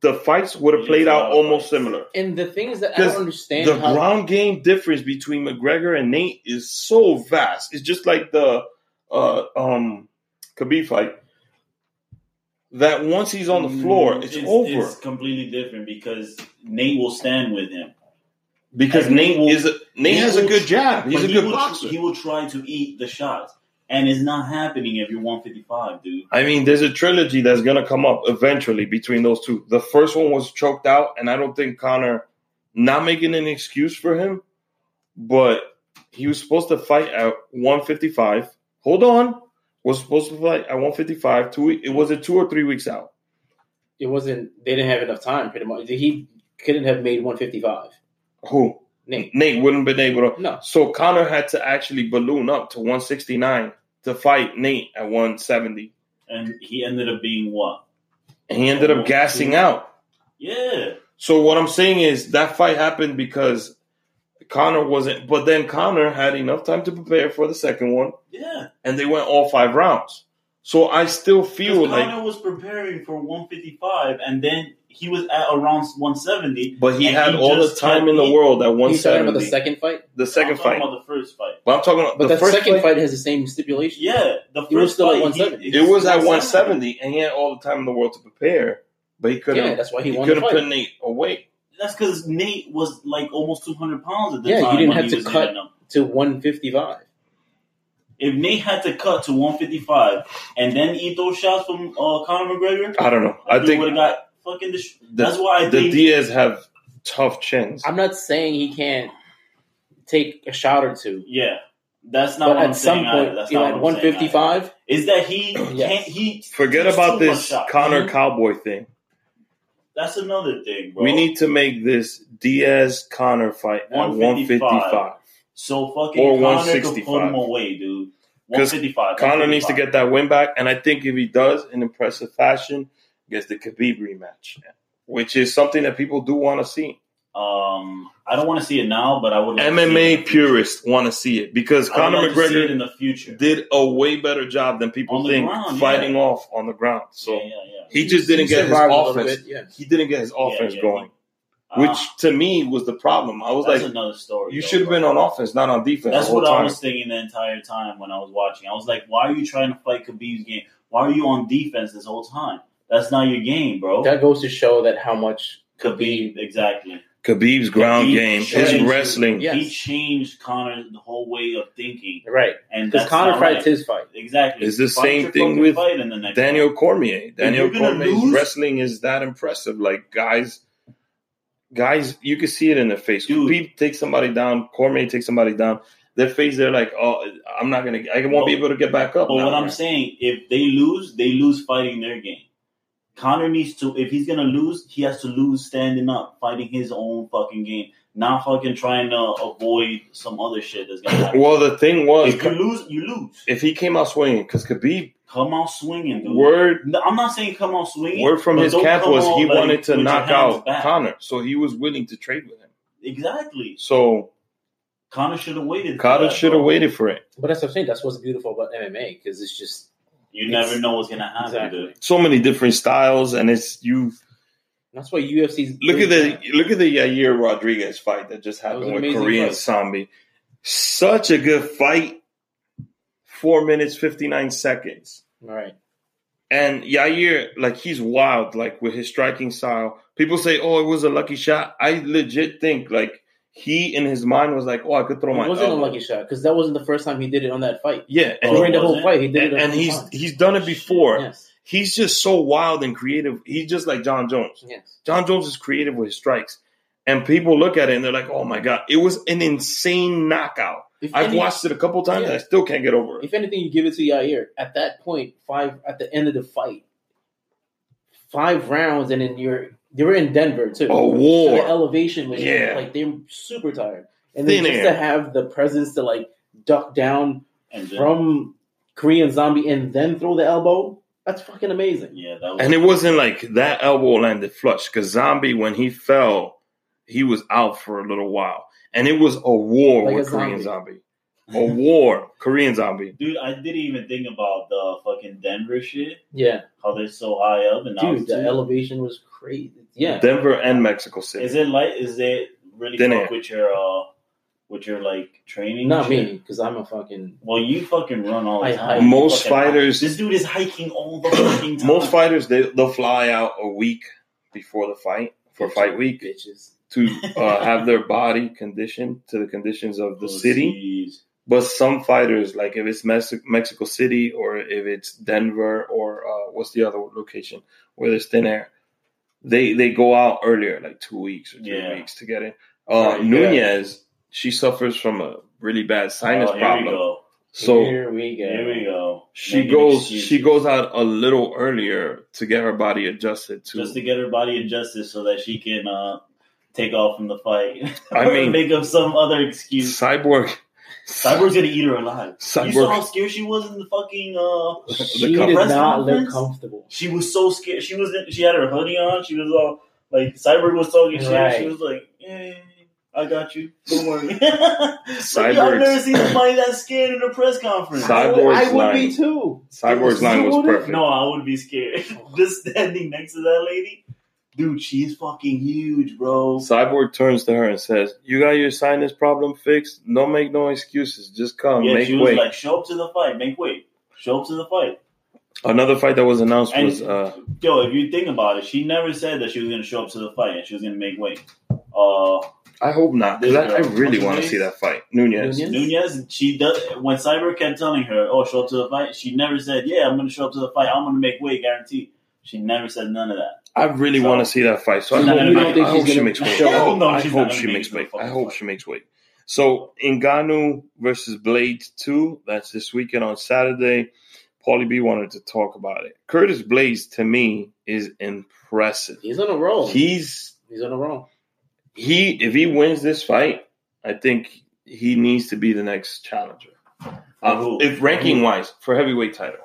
Speaker 1: the fights would have
Speaker 3: He
Speaker 1: played
Speaker 3: eats a lot
Speaker 1: out
Speaker 3: of
Speaker 1: almost
Speaker 3: fights.
Speaker 1: similar.
Speaker 2: And the thing is that I
Speaker 1: Because
Speaker 2: don't understand
Speaker 1: The
Speaker 2: how
Speaker 1: ground game difference between McGregor and Nate is so vast. It's just like the uh, um, Khabib fight. That once he's on the floor, it's, over
Speaker 3: Mm, It's completely different because Nate will stand with him.
Speaker 1: because
Speaker 3: and
Speaker 1: Nate
Speaker 3: he will-
Speaker 1: is a, Nate
Speaker 3: he
Speaker 1: has
Speaker 3: will-
Speaker 1: a good jab. He's
Speaker 3: But
Speaker 1: a
Speaker 3: he
Speaker 1: good
Speaker 3: will,
Speaker 1: boxer.
Speaker 3: He will try to eat the shots, and it's not happening if you're 155, dude.
Speaker 1: I mean, there's a trilogy that's gonna come up eventually between those two. The first one was choked out, and I don't think Connor not making an excuse for him, but he was supposed to fight at 155. Hold on, was supposed to fight at 155. Two, we- it was it two or three weeks out.
Speaker 2: it wasn't. They didn't have enough time. Pretty much, he couldn't have made 155.
Speaker 1: Who
Speaker 2: Nate,
Speaker 1: Nate wouldn't been able to.
Speaker 2: no,
Speaker 1: So Connor had to actually balloon up to 169 to fight Nate at 170.
Speaker 3: and he ended up being what?
Speaker 1: And he ended up gassing out.
Speaker 3: Yeah,
Speaker 1: So what I'm saying is that fight happened because Connor wasn't, but then Connor had enough time to prepare for the second one,
Speaker 3: yeah.
Speaker 1: and they went all five rounds. So I still feel
Speaker 3: Because
Speaker 1: like,
Speaker 3: Connor was preparing for 155, and then he was at around 170.
Speaker 1: but he
Speaker 3: and
Speaker 1: had
Speaker 3: he
Speaker 1: all the
Speaker 3: just
Speaker 1: time
Speaker 3: cut
Speaker 1: in the
Speaker 3: me.
Speaker 1: world at
Speaker 2: You talking about the
Speaker 1: 170.
Speaker 2: second fight?
Speaker 1: The
Speaker 3: I'm
Speaker 1: second
Speaker 3: talking
Speaker 1: fight.
Speaker 3: about the first fight.
Speaker 1: But I'm talking about
Speaker 2: But
Speaker 1: the
Speaker 2: that
Speaker 1: first
Speaker 2: second
Speaker 1: fight.
Speaker 2: fight, has the same stipulation.
Speaker 3: Yeah, the
Speaker 2: He was
Speaker 3: first
Speaker 2: still at
Speaker 3: fight,
Speaker 2: 170.
Speaker 3: he-
Speaker 1: It was at 170, and he had all the time in the world to prepare, but he couldn't.
Speaker 2: Yeah, that's why he,
Speaker 1: he
Speaker 2: won
Speaker 1: could
Speaker 2: the
Speaker 1: have
Speaker 2: fight.
Speaker 1: put Nate away.
Speaker 3: That's because Nate was like almost 200 pounds at the
Speaker 2: Yeah, you
Speaker 3: time.
Speaker 2: didn't
Speaker 3: when
Speaker 2: have
Speaker 3: he
Speaker 2: to
Speaker 3: was
Speaker 2: cut-
Speaker 3: hitting him.
Speaker 2: to 155.
Speaker 3: If Nate had to cut to 155 and then eat those shots from uh, Conor McGregor,
Speaker 1: I don't know. I
Speaker 3: he would
Speaker 1: think
Speaker 3: have got fucking. Dis- that's
Speaker 1: the,
Speaker 3: why I
Speaker 1: the
Speaker 3: think
Speaker 1: Diaz have tough chins.
Speaker 2: I'm not saying he can't take a shot or two,
Speaker 3: Yeah, that's not
Speaker 2: but
Speaker 3: what
Speaker 2: at
Speaker 3: I'm
Speaker 2: some
Speaker 3: saying. either.
Speaker 2: point,
Speaker 3: that's
Speaker 2: you know,
Speaker 3: not
Speaker 2: at
Speaker 3: what I'm saying either.
Speaker 2: 155,
Speaker 3: Is that he
Speaker 2: (clears throat) Yes.
Speaker 3: can't? He
Speaker 1: Forget
Speaker 3: It's
Speaker 1: about
Speaker 3: too much
Speaker 1: this
Speaker 3: shot.
Speaker 1: Connor
Speaker 2: Mhm.
Speaker 1: Cowboy thing.
Speaker 3: that's another thing, bro.
Speaker 1: We need to make this Diaz Connor fight at
Speaker 3: 155.
Speaker 1: 155.
Speaker 3: so fucking Connor
Speaker 1: or
Speaker 3: could
Speaker 1: 165.
Speaker 3: put him away, dude.
Speaker 1: 'Cause
Speaker 3: 155.
Speaker 1: Connor needs to
Speaker 3: 155.
Speaker 1: get that win back, and I think if he does in impressive fashion, gets the Khabib rematch, which is something that people do want to see.
Speaker 3: Um, I don't want to see it now, but I would. Like to see it in
Speaker 1: MMA
Speaker 3: the future.
Speaker 1: purists want to see it because
Speaker 3: I would
Speaker 1: Conor
Speaker 3: like to see it
Speaker 1: McGregor
Speaker 3: in the future.
Speaker 1: did a way better job than
Speaker 3: On
Speaker 1: people
Speaker 3: the
Speaker 1: think
Speaker 3: ground,
Speaker 1: fighting
Speaker 3: yeah.
Speaker 1: off on the ground. So
Speaker 3: yeah, yeah, yeah.
Speaker 1: he just didn't get his
Speaker 2: survived a little
Speaker 1: offense.
Speaker 2: bit, yeah.
Speaker 1: He didn't get his offense
Speaker 3: yeah.
Speaker 1: going,
Speaker 3: Ah,
Speaker 1: which to me was the problem. I was
Speaker 3: that's
Speaker 1: like,
Speaker 3: another story.
Speaker 1: you
Speaker 3: though,
Speaker 1: should have
Speaker 3: bro.
Speaker 1: been on offense, not on defense.
Speaker 3: That's
Speaker 1: the whole
Speaker 3: what I
Speaker 1: time.
Speaker 3: was thinking the entire time when I was watching. I was like, why are you trying to fight Khabib's game? Why are you on defense this whole time? That's not your game, bro.
Speaker 2: That goes to show that how much
Speaker 3: Khabib, exactly.
Speaker 1: Khabib's ground
Speaker 3: Khabib
Speaker 1: game, his
Speaker 3: changed-
Speaker 1: wrestling.
Speaker 2: Yes.
Speaker 3: He changed Connor the whole way of thinking,
Speaker 2: right
Speaker 3: and
Speaker 2: because
Speaker 3: that's
Speaker 2: Connor
Speaker 3: not
Speaker 2: fights
Speaker 3: right.
Speaker 2: his fight.
Speaker 3: exactly.
Speaker 1: It's the
Speaker 3: Fight
Speaker 1: same
Speaker 3: your
Speaker 1: thing
Speaker 3: fucking
Speaker 1: with
Speaker 3: fight in the next
Speaker 1: Daniel Cormier. Daniel
Speaker 3: you're gonna
Speaker 1: Cormier's
Speaker 3: lose-
Speaker 1: wrestling is that impressive. Like guys, guys, you can see it in their face.
Speaker 3: Dude.
Speaker 1: Khabib takes somebody down. Cormier takes somebody down. Their face, they're like, "Oh, I'm not gonna. I won't be
Speaker 3: But-
Speaker 1: able to get back up."
Speaker 3: But
Speaker 1: now,
Speaker 3: what I'm
Speaker 1: right?
Speaker 3: saying, if they lose, they lose fighting their game. Connor needs to, if he's gonna lose, he has to lose standing up, fighting his own fucking game, not fucking trying to avoid some other shit that's gonna happen.
Speaker 1: (laughs) Well, the thing was,
Speaker 3: if you lose, you lose.
Speaker 1: if he came out swinging, because Khabib,
Speaker 3: Come out swinging, dude.
Speaker 1: word
Speaker 3: No, I'm not saying come out swinging.
Speaker 1: word from
Speaker 3: but
Speaker 1: his
Speaker 3: don't
Speaker 1: camp
Speaker 3: come
Speaker 1: was
Speaker 3: out,
Speaker 1: he
Speaker 3: like,
Speaker 1: wanted to
Speaker 3: with your
Speaker 1: knock
Speaker 3: hands
Speaker 1: out
Speaker 3: back.
Speaker 1: Connor, so he was willing to trade with him.
Speaker 3: Exactly.
Speaker 1: So
Speaker 3: Connor should have waited. for
Speaker 1: Connor
Speaker 3: that,
Speaker 1: should
Speaker 3: bro.
Speaker 1: have waited for it.
Speaker 2: But that's what I'm saying. That's what's beautiful about MMA because it's just
Speaker 3: You never know what's gonna happen,
Speaker 2: Exactly.
Speaker 3: dude.
Speaker 1: So many different styles, and it's you
Speaker 2: that's why UFC's
Speaker 1: Look at
Speaker 2: good
Speaker 1: the
Speaker 2: now.
Speaker 1: look at the Yair Rodriguez fight that just
Speaker 2: That
Speaker 1: happened
Speaker 2: was an
Speaker 1: with
Speaker 2: amazing
Speaker 1: Korean
Speaker 2: fight.
Speaker 1: Zombie. Such a good fight. Four minutes fifty nine seconds.
Speaker 2: right.
Speaker 1: And Yair, like he's wild, like with his striking style. People say, "Oh, it was a lucky shot." I legit think like he in his mind was like, "Oh, I could throw my."
Speaker 2: it wasn't
Speaker 1: elbow."
Speaker 2: a lucky shot because that wasn't the first time he did it on that fight.
Speaker 1: Yeah, and,
Speaker 3: Oh,
Speaker 2: During the
Speaker 3: was
Speaker 2: whole
Speaker 3: it?
Speaker 2: fight, he did it.
Speaker 1: and,
Speaker 2: a
Speaker 1: and
Speaker 2: few
Speaker 1: he's
Speaker 2: times.
Speaker 1: he's done it before.
Speaker 2: yes,
Speaker 1: He's just so wild and creative. He's just like John Jones.
Speaker 2: yes.
Speaker 1: John Jones is creative with his strikes. And people look at it and they're like, oh my God, it was an insane knockout.
Speaker 2: If
Speaker 1: I've
Speaker 2: any-
Speaker 1: watched it a couple times and I
Speaker 2: Yeah.
Speaker 1: still can't get over it.
Speaker 2: If anything, you give it to Yair at that point, five at the end of the fight, five rounds, and then you're they were in Denver too.
Speaker 1: A
Speaker 2: So the
Speaker 1: war.
Speaker 2: elevation was
Speaker 1: Yeah.
Speaker 2: like they're super tired, and then
Speaker 1: Thin
Speaker 2: just
Speaker 1: air.
Speaker 2: to have the presence to like duck down
Speaker 3: And then,
Speaker 2: from Korean Zombie and then throw the elbow, that's fucking amazing.
Speaker 3: yeah, that was.
Speaker 1: And it wasn't like that elbow landed flush because Zombie, when he fell, he was out for a little while. And it was a war
Speaker 2: Like a
Speaker 1: with Korean Zombie. A (laughs) war, Korean Zombie.
Speaker 3: Dude, I didn't even think about the fucking Denver shit.
Speaker 2: Yeah,
Speaker 3: How they're so high up and
Speaker 2: dude, the
Speaker 3: altitude.
Speaker 2: elevation was crazy. Yeah,
Speaker 1: Denver and Mexico City.
Speaker 3: Is it like? Is it really
Speaker 1: Then
Speaker 3: fuck
Speaker 1: it-
Speaker 3: with your uh, with your like training?
Speaker 2: not
Speaker 3: shit?
Speaker 2: me because I'm a fucking
Speaker 3: Well, you fucking run all the
Speaker 2: I
Speaker 3: time.
Speaker 2: hike.
Speaker 1: Most
Speaker 3: You fucking-
Speaker 1: fighters-
Speaker 3: This dude is hiking all the fucking time.
Speaker 1: (clears throat) Most fighters, they, they'll fly out a week before the fight, for fight week.
Speaker 2: bitches.
Speaker 1: to uh, have their body conditioned to the conditions of the
Speaker 3: (laughs) Oh,
Speaker 1: city.
Speaker 3: jeez.
Speaker 1: But some fighters, like if it's Mex- Mexico City or if it's Denver or uh, what's the other location where there's thin air, they they go out earlier, like two weeks or three
Speaker 3: Yeah.
Speaker 1: weeks to get in.
Speaker 3: Right,
Speaker 1: Uh,
Speaker 3: yeah.
Speaker 1: Nunez, she suffers from a really bad sinus
Speaker 3: Oh, here We
Speaker 1: problem,
Speaker 3: go.
Speaker 1: so
Speaker 2: here we go.
Speaker 3: Here we go.
Speaker 1: she
Speaker 3: Making
Speaker 1: goes
Speaker 3: excuses.
Speaker 1: she goes out a little earlier to get her body adjusted to.
Speaker 3: just to get her body adjusted so that she can uh take off from the fight.
Speaker 1: I
Speaker 3: Or (laughs)
Speaker 1: mean-
Speaker 3: make up some other excuse.
Speaker 1: Cyborg,
Speaker 3: Cyborg's gonna eat her alive. You saw how
Speaker 1: (laughs) Cyborg.
Speaker 3: scared she was in the fucking. Uh,
Speaker 2: She
Speaker 1: com-
Speaker 2: did
Speaker 3: press
Speaker 2: not look
Speaker 3: conference?
Speaker 2: comfortable.
Speaker 3: she was so scared. She was. She had her hoodie on. She was all like, Cyborg was talking shit.
Speaker 2: Right.
Speaker 3: She was like, eh, "I got you. Don't worry." (laughs) Cyborg. I've
Speaker 1: Cyborg's-
Speaker 3: never seen somebody that scared in a press conference.
Speaker 1: Cy- Cyborg's
Speaker 2: I would, I would
Speaker 1: lying.
Speaker 2: be too.
Speaker 1: Cyborg's line was perfect.
Speaker 3: no, I would be scared. (laughs) Just standing next to that lady, dude. She's fucking huge, bro.
Speaker 1: Cyborg turns to her and says, "You got your sinus problem fixed. Don't make no excuses. Just come,
Speaker 3: yeah,
Speaker 1: make
Speaker 3: she was
Speaker 1: way."
Speaker 3: like, "Show up to the fight. Make way. Show up to the fight."
Speaker 1: Another fight that was announced
Speaker 3: And-
Speaker 1: was uh,
Speaker 3: Yo, if you think about it, she never said that she was going to show up to the fight and she was going to make weight. Uh,
Speaker 1: I hope not. 'cause
Speaker 3: This
Speaker 1: I, I
Speaker 3: girl.
Speaker 1: really
Speaker 3: What's her
Speaker 1: want to
Speaker 3: name?
Speaker 1: see that fight. Nunez.
Speaker 2: Nunez?
Speaker 3: Nunez, she does. When Cyber kept telling her, "Oh, show up to the fight," she never said, "Yeah, I'm going to show up to the fight. I'm going to make weight, guaranteed." She never said none of that.
Speaker 1: I really
Speaker 3: So-
Speaker 1: want to see that fight. So I
Speaker 3: So
Speaker 1: hope,
Speaker 3: now you don't
Speaker 1: I,
Speaker 3: think
Speaker 1: I
Speaker 2: she's
Speaker 1: hope she
Speaker 2: gonna
Speaker 1: makes weight.
Speaker 2: show
Speaker 1: I hope,
Speaker 3: up? No,
Speaker 1: I
Speaker 3: she's
Speaker 1: hope
Speaker 3: not
Speaker 1: she
Speaker 3: gonna
Speaker 1: makes
Speaker 3: make
Speaker 1: weight.
Speaker 3: it to the
Speaker 1: I
Speaker 3: fucking
Speaker 1: hope
Speaker 3: fight.
Speaker 1: she makes weight. So Ngannou versus Blade 2. That's this weekend on Saturday. Paulie B wanted to talk about it. Curtis Blades to me is impressive.
Speaker 2: He's on a roll.
Speaker 1: He's
Speaker 2: He's on a roll.
Speaker 1: he if he wins this fight, I think he needs to be the next challenger. Uh,
Speaker 3: who?
Speaker 1: if ranking wise for heavyweight title,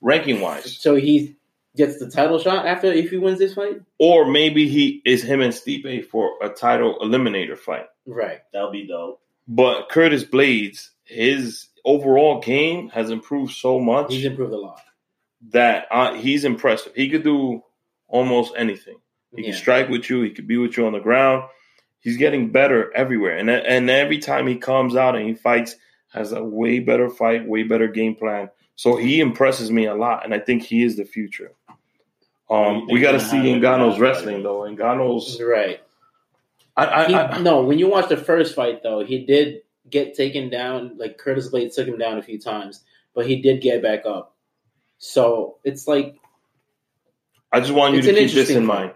Speaker 1: ranking wise,
Speaker 2: So he gets the title shot after if he wins this fight.
Speaker 1: or maybe he is him and Stipe for a title eliminator fight.
Speaker 2: Right.
Speaker 3: That'll be dope.
Speaker 1: But Curtis Blades, his overall game has improved so much
Speaker 2: He's improved a lot.
Speaker 1: that uh, he's impressive. He could do almost anything. He
Speaker 2: Yeah.
Speaker 1: can strike with you. He could be with you on the ground. He's getting better everywhere, and and every time he comes out and he fights, has a way better fight, way better game plan. So he impresses me a lot, and I think he is the future. Um,
Speaker 3: You
Speaker 1: we
Speaker 3: think
Speaker 1: got to
Speaker 3: he's
Speaker 1: see
Speaker 3: gonna have
Speaker 1: Ngannou's
Speaker 3: it?
Speaker 1: wrestling though. Ngannou's,
Speaker 2: Right.
Speaker 1: I, I,
Speaker 2: He-
Speaker 1: I,
Speaker 2: no, when you watch the first fight though, he did get taken down. Like Curtis Blade took him down a few times, but he did get back up. So it's like
Speaker 1: I just want you
Speaker 2: It's
Speaker 1: to
Speaker 2: an
Speaker 1: keep this
Speaker 2: interesting
Speaker 1: in
Speaker 2: fight.
Speaker 1: mind.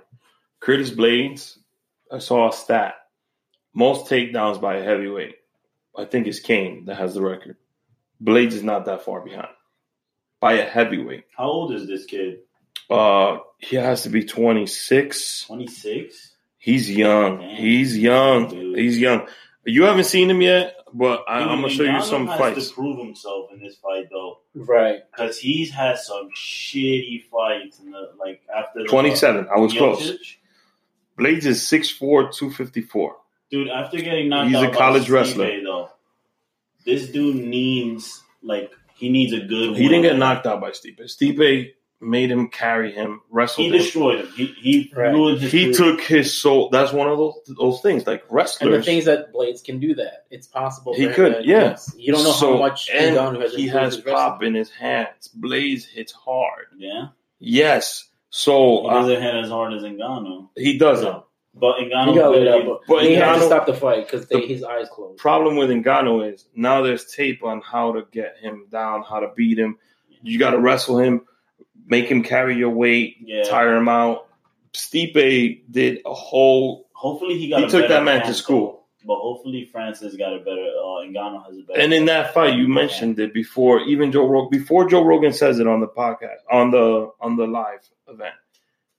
Speaker 1: Curtis Blades, I saw a stat: most takedowns by a heavyweight. I think it's Kane that has the record. Blades is not that far behind by a heavyweight.
Speaker 3: How old is this kid?
Speaker 1: Uh, he has to be 26.
Speaker 3: Twenty six.
Speaker 1: He's young.
Speaker 3: Damn.
Speaker 1: He's young.
Speaker 3: Dude.
Speaker 1: He's young. You haven't seen him yet, but I, I'm gonna show you some
Speaker 3: has
Speaker 1: fights.
Speaker 3: to prove himself in this fight though,
Speaker 2: right.
Speaker 3: because he's had some shitty fights in the like after the,
Speaker 1: 27. I was close.
Speaker 3: Miocic.
Speaker 1: Blades is 6'4", 254.
Speaker 3: Dude, after getting knocked
Speaker 1: He's
Speaker 3: out,
Speaker 1: a
Speaker 3: by
Speaker 1: college
Speaker 3: Stipe,
Speaker 1: wrestler.
Speaker 3: Though this dude needs like he needs a good.
Speaker 1: He didn't get knocked out by Stipe. Stipe made him carry him, wrestled
Speaker 3: He
Speaker 1: him.
Speaker 3: destroyed him. He he
Speaker 2: Right.
Speaker 3: ruined his. career.
Speaker 1: He took his soul. That's one of those those things, like
Speaker 2: And the
Speaker 1: wrestlers.
Speaker 2: things that Blades can do that. It's possible.
Speaker 1: He
Speaker 2: for him
Speaker 1: could,
Speaker 2: to-
Speaker 1: yeah.
Speaker 2: yes. You don't know
Speaker 1: So-
Speaker 2: how much
Speaker 1: and
Speaker 2: Ngannou has
Speaker 1: he
Speaker 2: improved
Speaker 1: has
Speaker 2: his wrestling.
Speaker 1: pop in his hands. Blades hits hard.
Speaker 3: Yeah,
Speaker 1: Yes. So
Speaker 3: he
Speaker 1: uh,
Speaker 3: doesn't hit as hard as Ngannou,
Speaker 1: he um, doesn't.
Speaker 3: but
Speaker 2: He
Speaker 3: Ngannou.
Speaker 2: got lit
Speaker 3: clearly-
Speaker 2: up, but,
Speaker 1: But
Speaker 2: he had to
Speaker 1: Ngannou-
Speaker 2: stop the fight because
Speaker 1: the-
Speaker 2: his eyes closed.
Speaker 1: problem with Ngannou is now there's tape on how to get him down, how to beat him. You got to wrestle him, make him carry your weight,
Speaker 3: yeah.
Speaker 1: tire him out. Stipe did a whole.
Speaker 3: Hopefully he got.
Speaker 1: He
Speaker 3: a
Speaker 1: took
Speaker 3: better
Speaker 1: that man to
Speaker 3: France,
Speaker 1: school,
Speaker 3: though. But hopefully Francis got a better. Uh, Ngannou has a better.
Speaker 1: and in that fight, you mentioned it before. Even Joe Rogan, before Joe Rogan says it on the podcast, on the on the live event,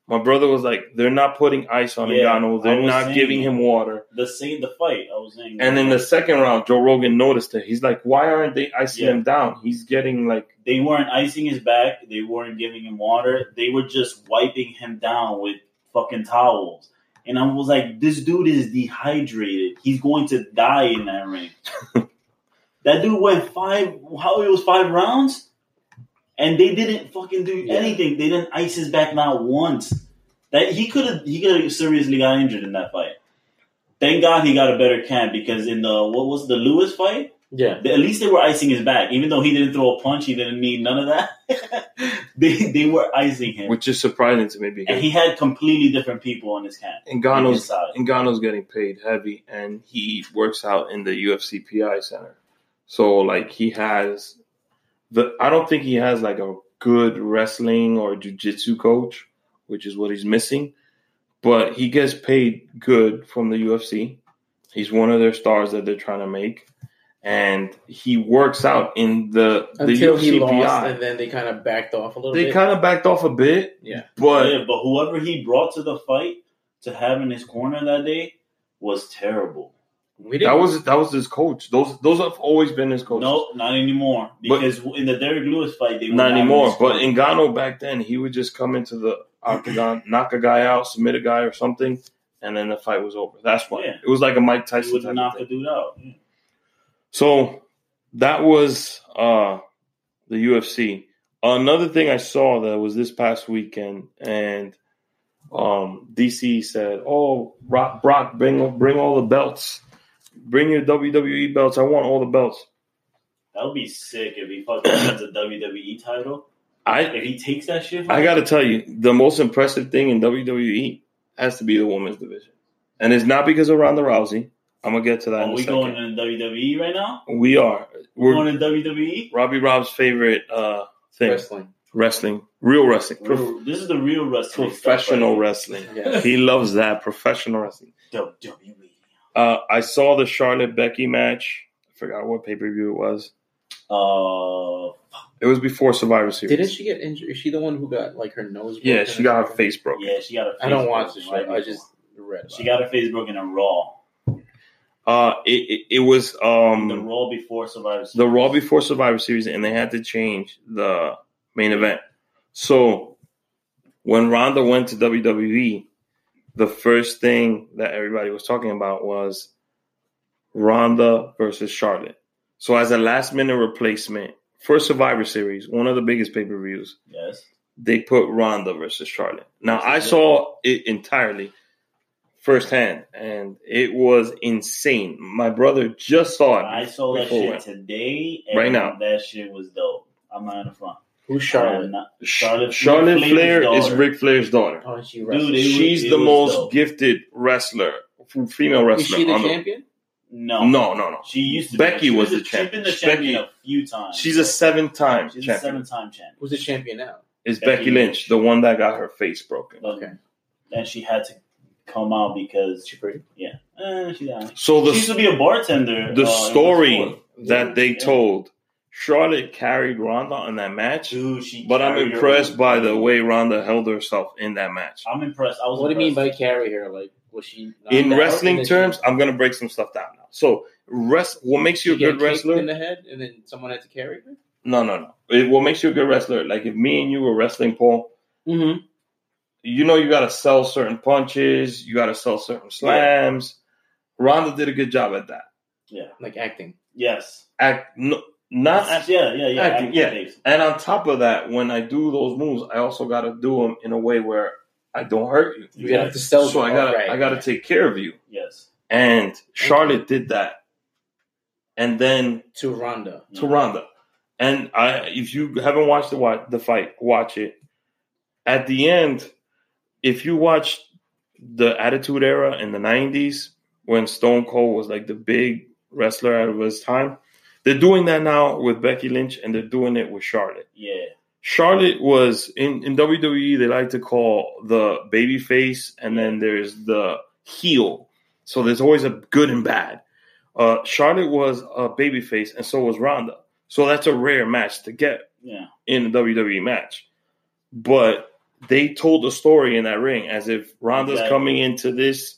Speaker 1: my brother was like, "They're not putting ice on
Speaker 3: Yeah,
Speaker 1: Ngannou.
Speaker 3: I
Speaker 1: They're
Speaker 3: was
Speaker 1: not
Speaker 3: saying
Speaker 1: giving
Speaker 3: that.
Speaker 1: him water."
Speaker 3: the same the fight I was saying.
Speaker 1: And in the second round, Joe Rogan noticed it. He's like, "Why aren't they icing
Speaker 3: Yeah.
Speaker 1: him down? He's getting like."
Speaker 3: they weren't icing his back. They weren't giving him water. They were just wiping him down with fucking towels. And I was like, this dude is dehydrated. He's going to die in that ring. that dude went five, how it was five rounds? And they didn't fucking do
Speaker 2: Yeah.
Speaker 3: anything. They didn't ice his back not once. That he could have he could have seriously got injured in that fight. Thank God he got a better camp because in the what was the Lewis fight?
Speaker 2: Yeah.
Speaker 3: At least they were icing his back, even though he didn't throw a punch. He didn't need none of that. (laughs) they they were icing him,
Speaker 1: which is surprising to me
Speaker 3: and
Speaker 1: because
Speaker 3: he had completely different people on his camp. on his
Speaker 1: Ngannou's
Speaker 3: side.
Speaker 1: Ngannou's getting paid heavy, and he works out in the UFC PI center. So like he has the I don't think he has like a good wrestling or jiu-jitsu coach, which is what he's missing. But he gets paid good from the UFC. He's one of their stars that they're trying to make, and he works out in the the
Speaker 2: Until
Speaker 1: UFC
Speaker 2: he lost,
Speaker 1: PI.
Speaker 2: and then they kind of backed off a little
Speaker 1: They
Speaker 2: bit.
Speaker 1: kind of backed off a bit,
Speaker 2: Yeah.
Speaker 1: but
Speaker 3: yeah, but whoever he brought to the fight to have in his corner that day was terrible.
Speaker 2: We
Speaker 1: That was that was his coach. Those those have always been his coaches.
Speaker 3: No, not anymore.
Speaker 1: But-
Speaker 3: Because in the Derrick Lewis fight, they were
Speaker 1: not anymore.
Speaker 3: his
Speaker 1: But
Speaker 3: coach.
Speaker 1: Ngannou back then, he would just come into the octagon, (clears throat) knock a guy out, submit a guy or something, and then the fight was over. That's why
Speaker 3: Yeah.
Speaker 1: it was like a Mike
Speaker 3: he
Speaker 1: Tyson
Speaker 3: would
Speaker 1: type of
Speaker 3: knock
Speaker 1: thing.
Speaker 3: a dude out.
Speaker 1: So that was uh, the UFC. Another thing I saw that was this past weekend, and um, DC said, "Oh, Rock, Brock, bring bring all the belts, bring your WWE belts. I want all the belts."
Speaker 3: That would be sick if he
Speaker 1: (coughs)
Speaker 3: fucking wins a WWE title.
Speaker 1: I
Speaker 3: If he takes that shit, from
Speaker 1: I
Speaker 3: him,
Speaker 1: got to tell you, the most impressive thing in WWE has to be the women's division, and it's not because of Ronda Rousey. I'm gonna get to that.
Speaker 3: Are
Speaker 1: in a
Speaker 3: Oh, we
Speaker 1: second.
Speaker 3: going in WWE right now?
Speaker 1: we are.
Speaker 3: We're
Speaker 1: We're
Speaker 3: going in E? WWE.
Speaker 1: Robbie Rob's favorite uh, thing:
Speaker 2: wrestling.
Speaker 1: wrestling, real wrestling, Prof-
Speaker 3: We're- This is the real wrestling.
Speaker 1: professional
Speaker 3: stuff
Speaker 1: wrestling.
Speaker 2: Yeah.
Speaker 1: He loves that professional wrestling.
Speaker 3: right here. WWE.
Speaker 1: Uh, I saw the Charlotte Becky match. I forgot what pay per view it was.
Speaker 3: Uh,
Speaker 1: It was before Survivor Series.
Speaker 2: Didn't she get injured? Is she the one who got like her nose?
Speaker 1: yeah,
Speaker 2: broken
Speaker 1: she
Speaker 2: or
Speaker 1: got her
Speaker 2: something?
Speaker 1: face broken.
Speaker 3: yeah, she got her. Face
Speaker 2: I don't watch
Speaker 3: broken
Speaker 2: this. Right
Speaker 3: right
Speaker 2: I just read.
Speaker 3: She got her face broken in Raw.
Speaker 1: Uh, it, it it was um
Speaker 3: the Raw before Survivor Series.
Speaker 1: the Raw before Survivor Series, and they had to change the main event. So when Ronda went to WWE, the first thing that everybody was talking about was Ronda versus Charlotte. So as a last minute replacement for Survivor Series, one of the biggest pay per views,
Speaker 3: Yes.
Speaker 1: they put Ronda versus Charlotte. Now
Speaker 3: Yes,
Speaker 1: I
Speaker 3: they did.
Speaker 1: saw it entirely firsthand, and it was insane. My brother just saw it.
Speaker 3: I saw that
Speaker 1: before it.
Speaker 3: shit today. And
Speaker 1: Right now.
Speaker 3: that shit was dope. I'm not in the front. I
Speaker 2: Who's
Speaker 3: am
Speaker 2: Charlotte?
Speaker 3: not- Charlotte-
Speaker 1: Charlotte, Charlotte
Speaker 3: Ric
Speaker 1: Flair
Speaker 3: Flair's
Speaker 1: is
Speaker 3: daughter.
Speaker 1: Ric Flair's daughter.
Speaker 2: Oh, she wrestling.
Speaker 3: Dude, it was-
Speaker 1: She's
Speaker 3: it
Speaker 1: the
Speaker 3: was
Speaker 1: most
Speaker 3: dope.
Speaker 1: gifted wrestler, f- female
Speaker 2: Is
Speaker 1: wrestler.
Speaker 2: she the
Speaker 1: on the-
Speaker 2: champion?
Speaker 3: No,
Speaker 1: no, no, no.
Speaker 3: She used to.
Speaker 1: Becky
Speaker 3: be. She
Speaker 1: was
Speaker 3: a-
Speaker 1: the champ.
Speaker 3: She's been the
Speaker 1: Becky-
Speaker 3: champion a few times.
Speaker 1: She's a seven-time
Speaker 3: She's
Speaker 1: champion.
Speaker 3: a seven-time champion.
Speaker 2: Who's the champion now?
Speaker 1: It's Becky,
Speaker 3: Becky
Speaker 1: Lynch,
Speaker 3: Lynch.
Speaker 1: the one that got her face broken.
Speaker 3: But
Speaker 2: Okay.
Speaker 3: then she had to come out
Speaker 2: Is
Speaker 3: because
Speaker 2: she pretty?
Speaker 3: eh, she, died.
Speaker 1: So
Speaker 3: she used to
Speaker 1: the
Speaker 3: be a bartender.
Speaker 1: the
Speaker 3: uh, in the
Speaker 1: story
Speaker 3: store.
Speaker 1: that they
Speaker 3: Yeah.
Speaker 1: told, Charlotte carried Ronda in that match,
Speaker 3: Dude, she
Speaker 1: but I'm
Speaker 3: carried her
Speaker 1: impressed
Speaker 3: own.
Speaker 1: by the way Ronda held herself in that match.
Speaker 3: I'm impressed. I was.
Speaker 2: What do you mean by
Speaker 3: impressed.
Speaker 2: carry her? Like, was she knocked
Speaker 1: In
Speaker 2: out?
Speaker 1: wrestling
Speaker 2: And then she-
Speaker 1: terms, I'm gonna break some stuff down now. So, rest. What makes you a
Speaker 2: she got
Speaker 1: good
Speaker 2: kicked
Speaker 1: wrestler?
Speaker 2: in the head, and then someone had to carry her.
Speaker 1: No, no, no. It, what makes you a good wrestler? Like if me and you were wrestling, Paul,
Speaker 2: Mm-hmm.
Speaker 1: you know you got to sell certain punches, you got to sell certain slams. Ronda did a good job at that.
Speaker 2: Like acting.
Speaker 3: Yes.
Speaker 1: Act no, not act,
Speaker 3: yeah, yeah, yeah.
Speaker 1: I think-
Speaker 3: I'm
Speaker 1: yeah.
Speaker 3: amazed.
Speaker 1: and on top of that, when I do those moves, I also got to do them in a way where I don't hurt you.
Speaker 2: You gotta have to sell.
Speaker 1: so I
Speaker 2: them.
Speaker 1: gotta
Speaker 2: Alright.
Speaker 1: I gotta take care of you.
Speaker 3: Yes.
Speaker 1: And Charlotte did that, and then
Speaker 2: to Ronda.
Speaker 1: to Ronda. And I, if you haven't watched the watch, the fight, watch it. At the end, if you watch the Attitude Era in the '90s, when Stone Cold was like the big wrestler out of his time, they're doing that now with Becky Lynch, and they're doing it with Charlotte.
Speaker 3: Yeah.
Speaker 1: Charlotte was in, in WWE. They like to call the baby face, and then there's the heel. So there's always a good and bad. Uh, Charlotte was a baby face, and so was Ronda. So that's a rare match to get
Speaker 3: Yeah.
Speaker 1: in a WWE match. But they told the story in that ring as if Ronda's
Speaker 3: Exactly.
Speaker 1: coming into this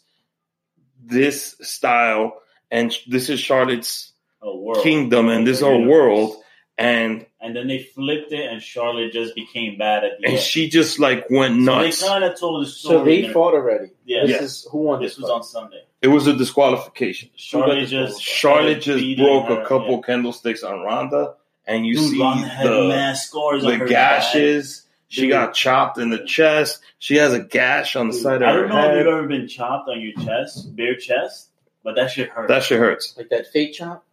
Speaker 1: this style, and this is Charlotte's
Speaker 3: A world.
Speaker 1: kingdom, and this is her
Speaker 3: Universe.
Speaker 1: world, and
Speaker 3: And then they flipped it, and Charlotte just became bad at the
Speaker 1: and
Speaker 3: end.
Speaker 1: she just like went
Speaker 3: So
Speaker 1: nuts.
Speaker 3: they kind of told the story.
Speaker 2: So they
Speaker 3: in a-
Speaker 2: fought already.
Speaker 3: Yeah.
Speaker 2: This
Speaker 1: Yeah.
Speaker 2: is who won
Speaker 3: This was
Speaker 2: fight?
Speaker 3: on Sunday.
Speaker 1: It was a disqualification.
Speaker 3: Charlotte
Speaker 2: Charlotte
Speaker 3: just
Speaker 1: Charlotte just
Speaker 3: beating
Speaker 1: broke a
Speaker 3: her,
Speaker 1: couple
Speaker 3: yeah.
Speaker 1: candlesticks on Ronda, and you
Speaker 3: Dude,
Speaker 1: see
Speaker 3: Ronda had
Speaker 1: the,
Speaker 3: mad scars on
Speaker 1: the
Speaker 3: her
Speaker 1: gashes. She
Speaker 3: Dude.
Speaker 1: got chopped in the chest. She has a gash on
Speaker 3: back.
Speaker 1: the
Speaker 3: Dude,
Speaker 1: side
Speaker 3: I
Speaker 1: of her
Speaker 3: don't know if
Speaker 1: head.
Speaker 3: you've ever been chopped on your chest, bare chest, but that shit hurt.
Speaker 1: That shit hurts.
Speaker 2: Like that fake chop.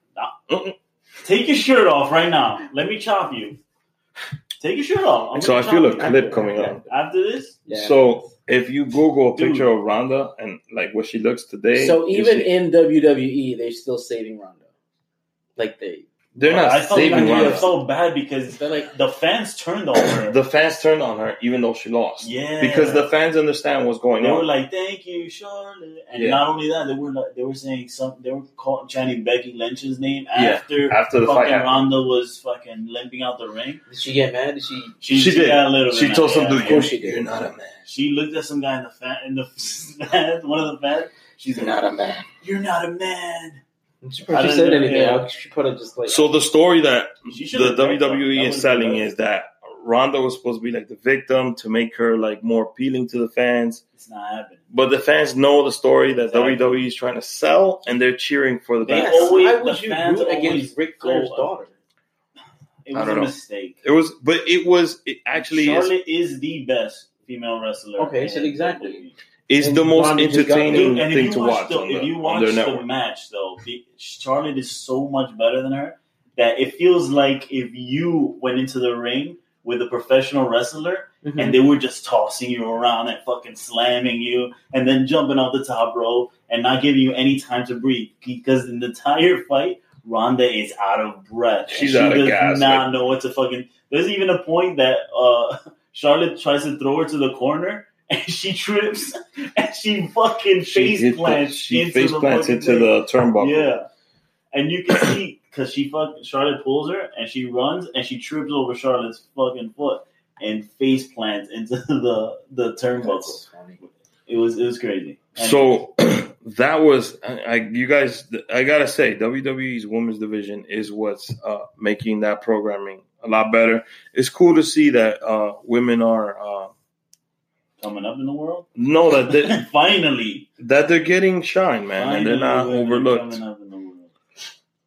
Speaker 3: Take your shirt off right now. Let me chop you. Take your shirt off. I'm
Speaker 1: So I
Speaker 3: gonna
Speaker 1: feel a
Speaker 3: chop you.
Speaker 1: clip coming on.
Speaker 3: After this,
Speaker 1: So if you Google a
Speaker 3: Dude.
Speaker 1: picture of Ronda and like what she looks today,
Speaker 2: So
Speaker 1: you
Speaker 2: even
Speaker 1: see-
Speaker 2: E, in WWE, they're still saving Ronda. Like they
Speaker 1: They're not
Speaker 3: I felt,
Speaker 1: saving
Speaker 3: I feel
Speaker 1: runners.
Speaker 3: so bad because
Speaker 2: They're like,
Speaker 3: the fans turned on her.
Speaker 1: (coughs) The fans turned on her, even though she lost,
Speaker 3: yeah,
Speaker 1: because the fans understand what's going
Speaker 3: they were
Speaker 1: on.
Speaker 3: like, "Thank you, Charlotte," and
Speaker 1: Yeah.
Speaker 3: not only that, they were like, they were saying some. They were calling chanting Becky Lynch's name
Speaker 1: Yeah,
Speaker 3: after
Speaker 1: After the
Speaker 3: fucking
Speaker 1: fight, happened.
Speaker 3: Ronda was fucking limping out the ring.
Speaker 2: did she get mad? Did she?
Speaker 3: She,
Speaker 1: She did.
Speaker 3: got a little.
Speaker 1: she
Speaker 3: bit
Speaker 1: told
Speaker 3: mad,
Speaker 1: some dude,
Speaker 3: yeah,
Speaker 1: "Cool,
Speaker 3: yeah.
Speaker 2: she did.
Speaker 1: "You're not a man.
Speaker 3: She looked at some guy in the fan (laughs) in the fan, one of the (laughs) fans. She's like,
Speaker 2: a man.
Speaker 3: "You're not a man."
Speaker 2: She
Speaker 3: I
Speaker 2: probably
Speaker 3: don't
Speaker 2: said
Speaker 3: know,
Speaker 2: anything.
Speaker 3: yeah.
Speaker 2: I- She probably just like.
Speaker 1: So the story that
Speaker 3: She
Speaker 1: the
Speaker 3: should've-
Speaker 1: WWE is
Speaker 3: that would've been
Speaker 1: selling
Speaker 3: better.
Speaker 1: is that Ronda was supposed to be like the victim to make her like more appealing to the fans,
Speaker 3: It's not happening.
Speaker 1: but the fans know the story that
Speaker 3: Exactly.
Speaker 1: WWE is trying to sell, and they're cheering for the
Speaker 3: They
Speaker 1: best.
Speaker 3: always-
Speaker 2: why
Speaker 3: the
Speaker 2: would you
Speaker 3: fans
Speaker 2: root
Speaker 3: always
Speaker 2: against Ric
Speaker 3: go
Speaker 2: Flair's
Speaker 3: up.
Speaker 2: daughter?
Speaker 3: It
Speaker 1: I
Speaker 3: was
Speaker 1: don't
Speaker 3: a
Speaker 1: know.
Speaker 3: mistake.
Speaker 1: It was, but it was it actually is,
Speaker 3: Charlotte is the best female wrestler.
Speaker 2: Okay, so
Speaker 3: in
Speaker 2: exactly.
Speaker 3: WWE.
Speaker 1: is
Speaker 2: And
Speaker 1: the most
Speaker 2: Ronda just got
Speaker 1: entertaining
Speaker 3: Dude, and
Speaker 1: thing
Speaker 3: if
Speaker 1: to
Speaker 3: you watch,
Speaker 1: watch
Speaker 3: the,
Speaker 1: on, the,
Speaker 3: if you
Speaker 1: on
Speaker 3: watch
Speaker 1: their
Speaker 3: the
Speaker 1: network.
Speaker 3: match though, the- Charlotte is so much better than her that it feels like if you went into the ring with a professional wrestler
Speaker 2: Mm-hmm.
Speaker 3: and they were just tossing you around and fucking slamming you and then jumping off the top rope and not giving you any time to breathe because in the entire fight Ronda is out of breath. And
Speaker 1: She's
Speaker 3: she
Speaker 1: out of
Speaker 3: does
Speaker 1: gas,
Speaker 3: not know what to fucking. There's even a point that uh, (laughs) Charlotte tries to throw her to the corner and (laughs) she trips and she fucking
Speaker 1: She
Speaker 3: face
Speaker 1: hit the,
Speaker 3: plants
Speaker 1: she
Speaker 3: into
Speaker 1: face
Speaker 3: the
Speaker 1: plants
Speaker 3: fucking
Speaker 1: into
Speaker 3: thing.
Speaker 1: the turnbuckle.
Speaker 3: Yeah, and you can see because she fucking Charlotte pulls her and she runs and she trips over Charlotte's fucking foot and face plants into (laughs) the the turnbuckle.
Speaker 2: That's funny.
Speaker 3: It was it was crazy. And
Speaker 1: So (clears throat) that was I, I you guys I gotta say WWE's women's division is what's uh, making that programming a lot better. It's cool to see that uh, women are uh,
Speaker 3: coming up in the world,
Speaker 1: know
Speaker 3: (laughs)
Speaker 1: that they,
Speaker 3: finally,
Speaker 1: that they're getting shine, man, and they're not
Speaker 3: finally women
Speaker 1: overlooked.
Speaker 3: Coming up in the world.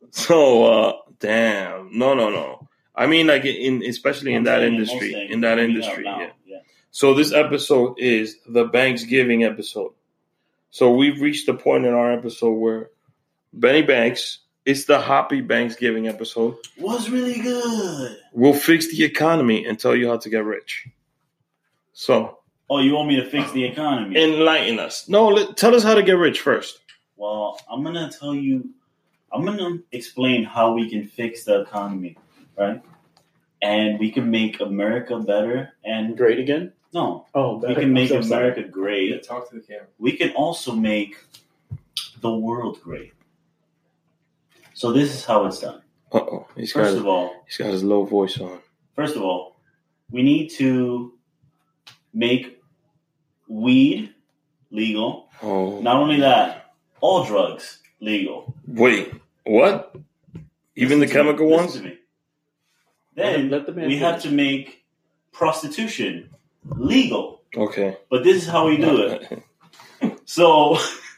Speaker 1: So uh, damn, no, no, no. I mean, like in especially in
Speaker 3: I'm
Speaker 1: that
Speaker 3: saying
Speaker 1: industry,
Speaker 3: most things,
Speaker 1: in that
Speaker 3: I mean, out
Speaker 1: industry,
Speaker 3: loud,
Speaker 1: yeah.
Speaker 3: yeah.
Speaker 1: So this episode is the Banksgiving episode. So we've reached the point in our episode where Benny Banks, it's the Hoppy Banksgiving episode.
Speaker 3: Was really good.
Speaker 1: We'll fix the economy and tell you how to get rich. So
Speaker 3: Oh, you want me to fix the economy?
Speaker 1: enlighten us. No, let, tell us how to get rich first.
Speaker 3: Well, I'm gonna tell you, I'm gonna explain how we can fix the economy, right? And we can make America better. And
Speaker 2: Great again?
Speaker 3: no,
Speaker 2: Oh,
Speaker 3: we can make America
Speaker 4: Yeah,
Speaker 3: great.
Speaker 4: talk to the camera.
Speaker 3: We can also make the world great. So this is how it's done.
Speaker 1: Uh oh, he's got
Speaker 3: First
Speaker 1: his,
Speaker 3: of all,
Speaker 1: he's got his low voice on.
Speaker 3: First of all, we need to make weed legal.
Speaker 1: Oh,
Speaker 3: Not only that, all drugs legal.
Speaker 1: wait, what? Even the
Speaker 3: Listen to me.
Speaker 1: chemical
Speaker 3: Listen
Speaker 1: ones?
Speaker 3: to me. Then
Speaker 2: Let the man
Speaker 3: we have
Speaker 2: finish.
Speaker 3: to make prostitution legal.
Speaker 1: Okay.
Speaker 3: But this is how we do it. So,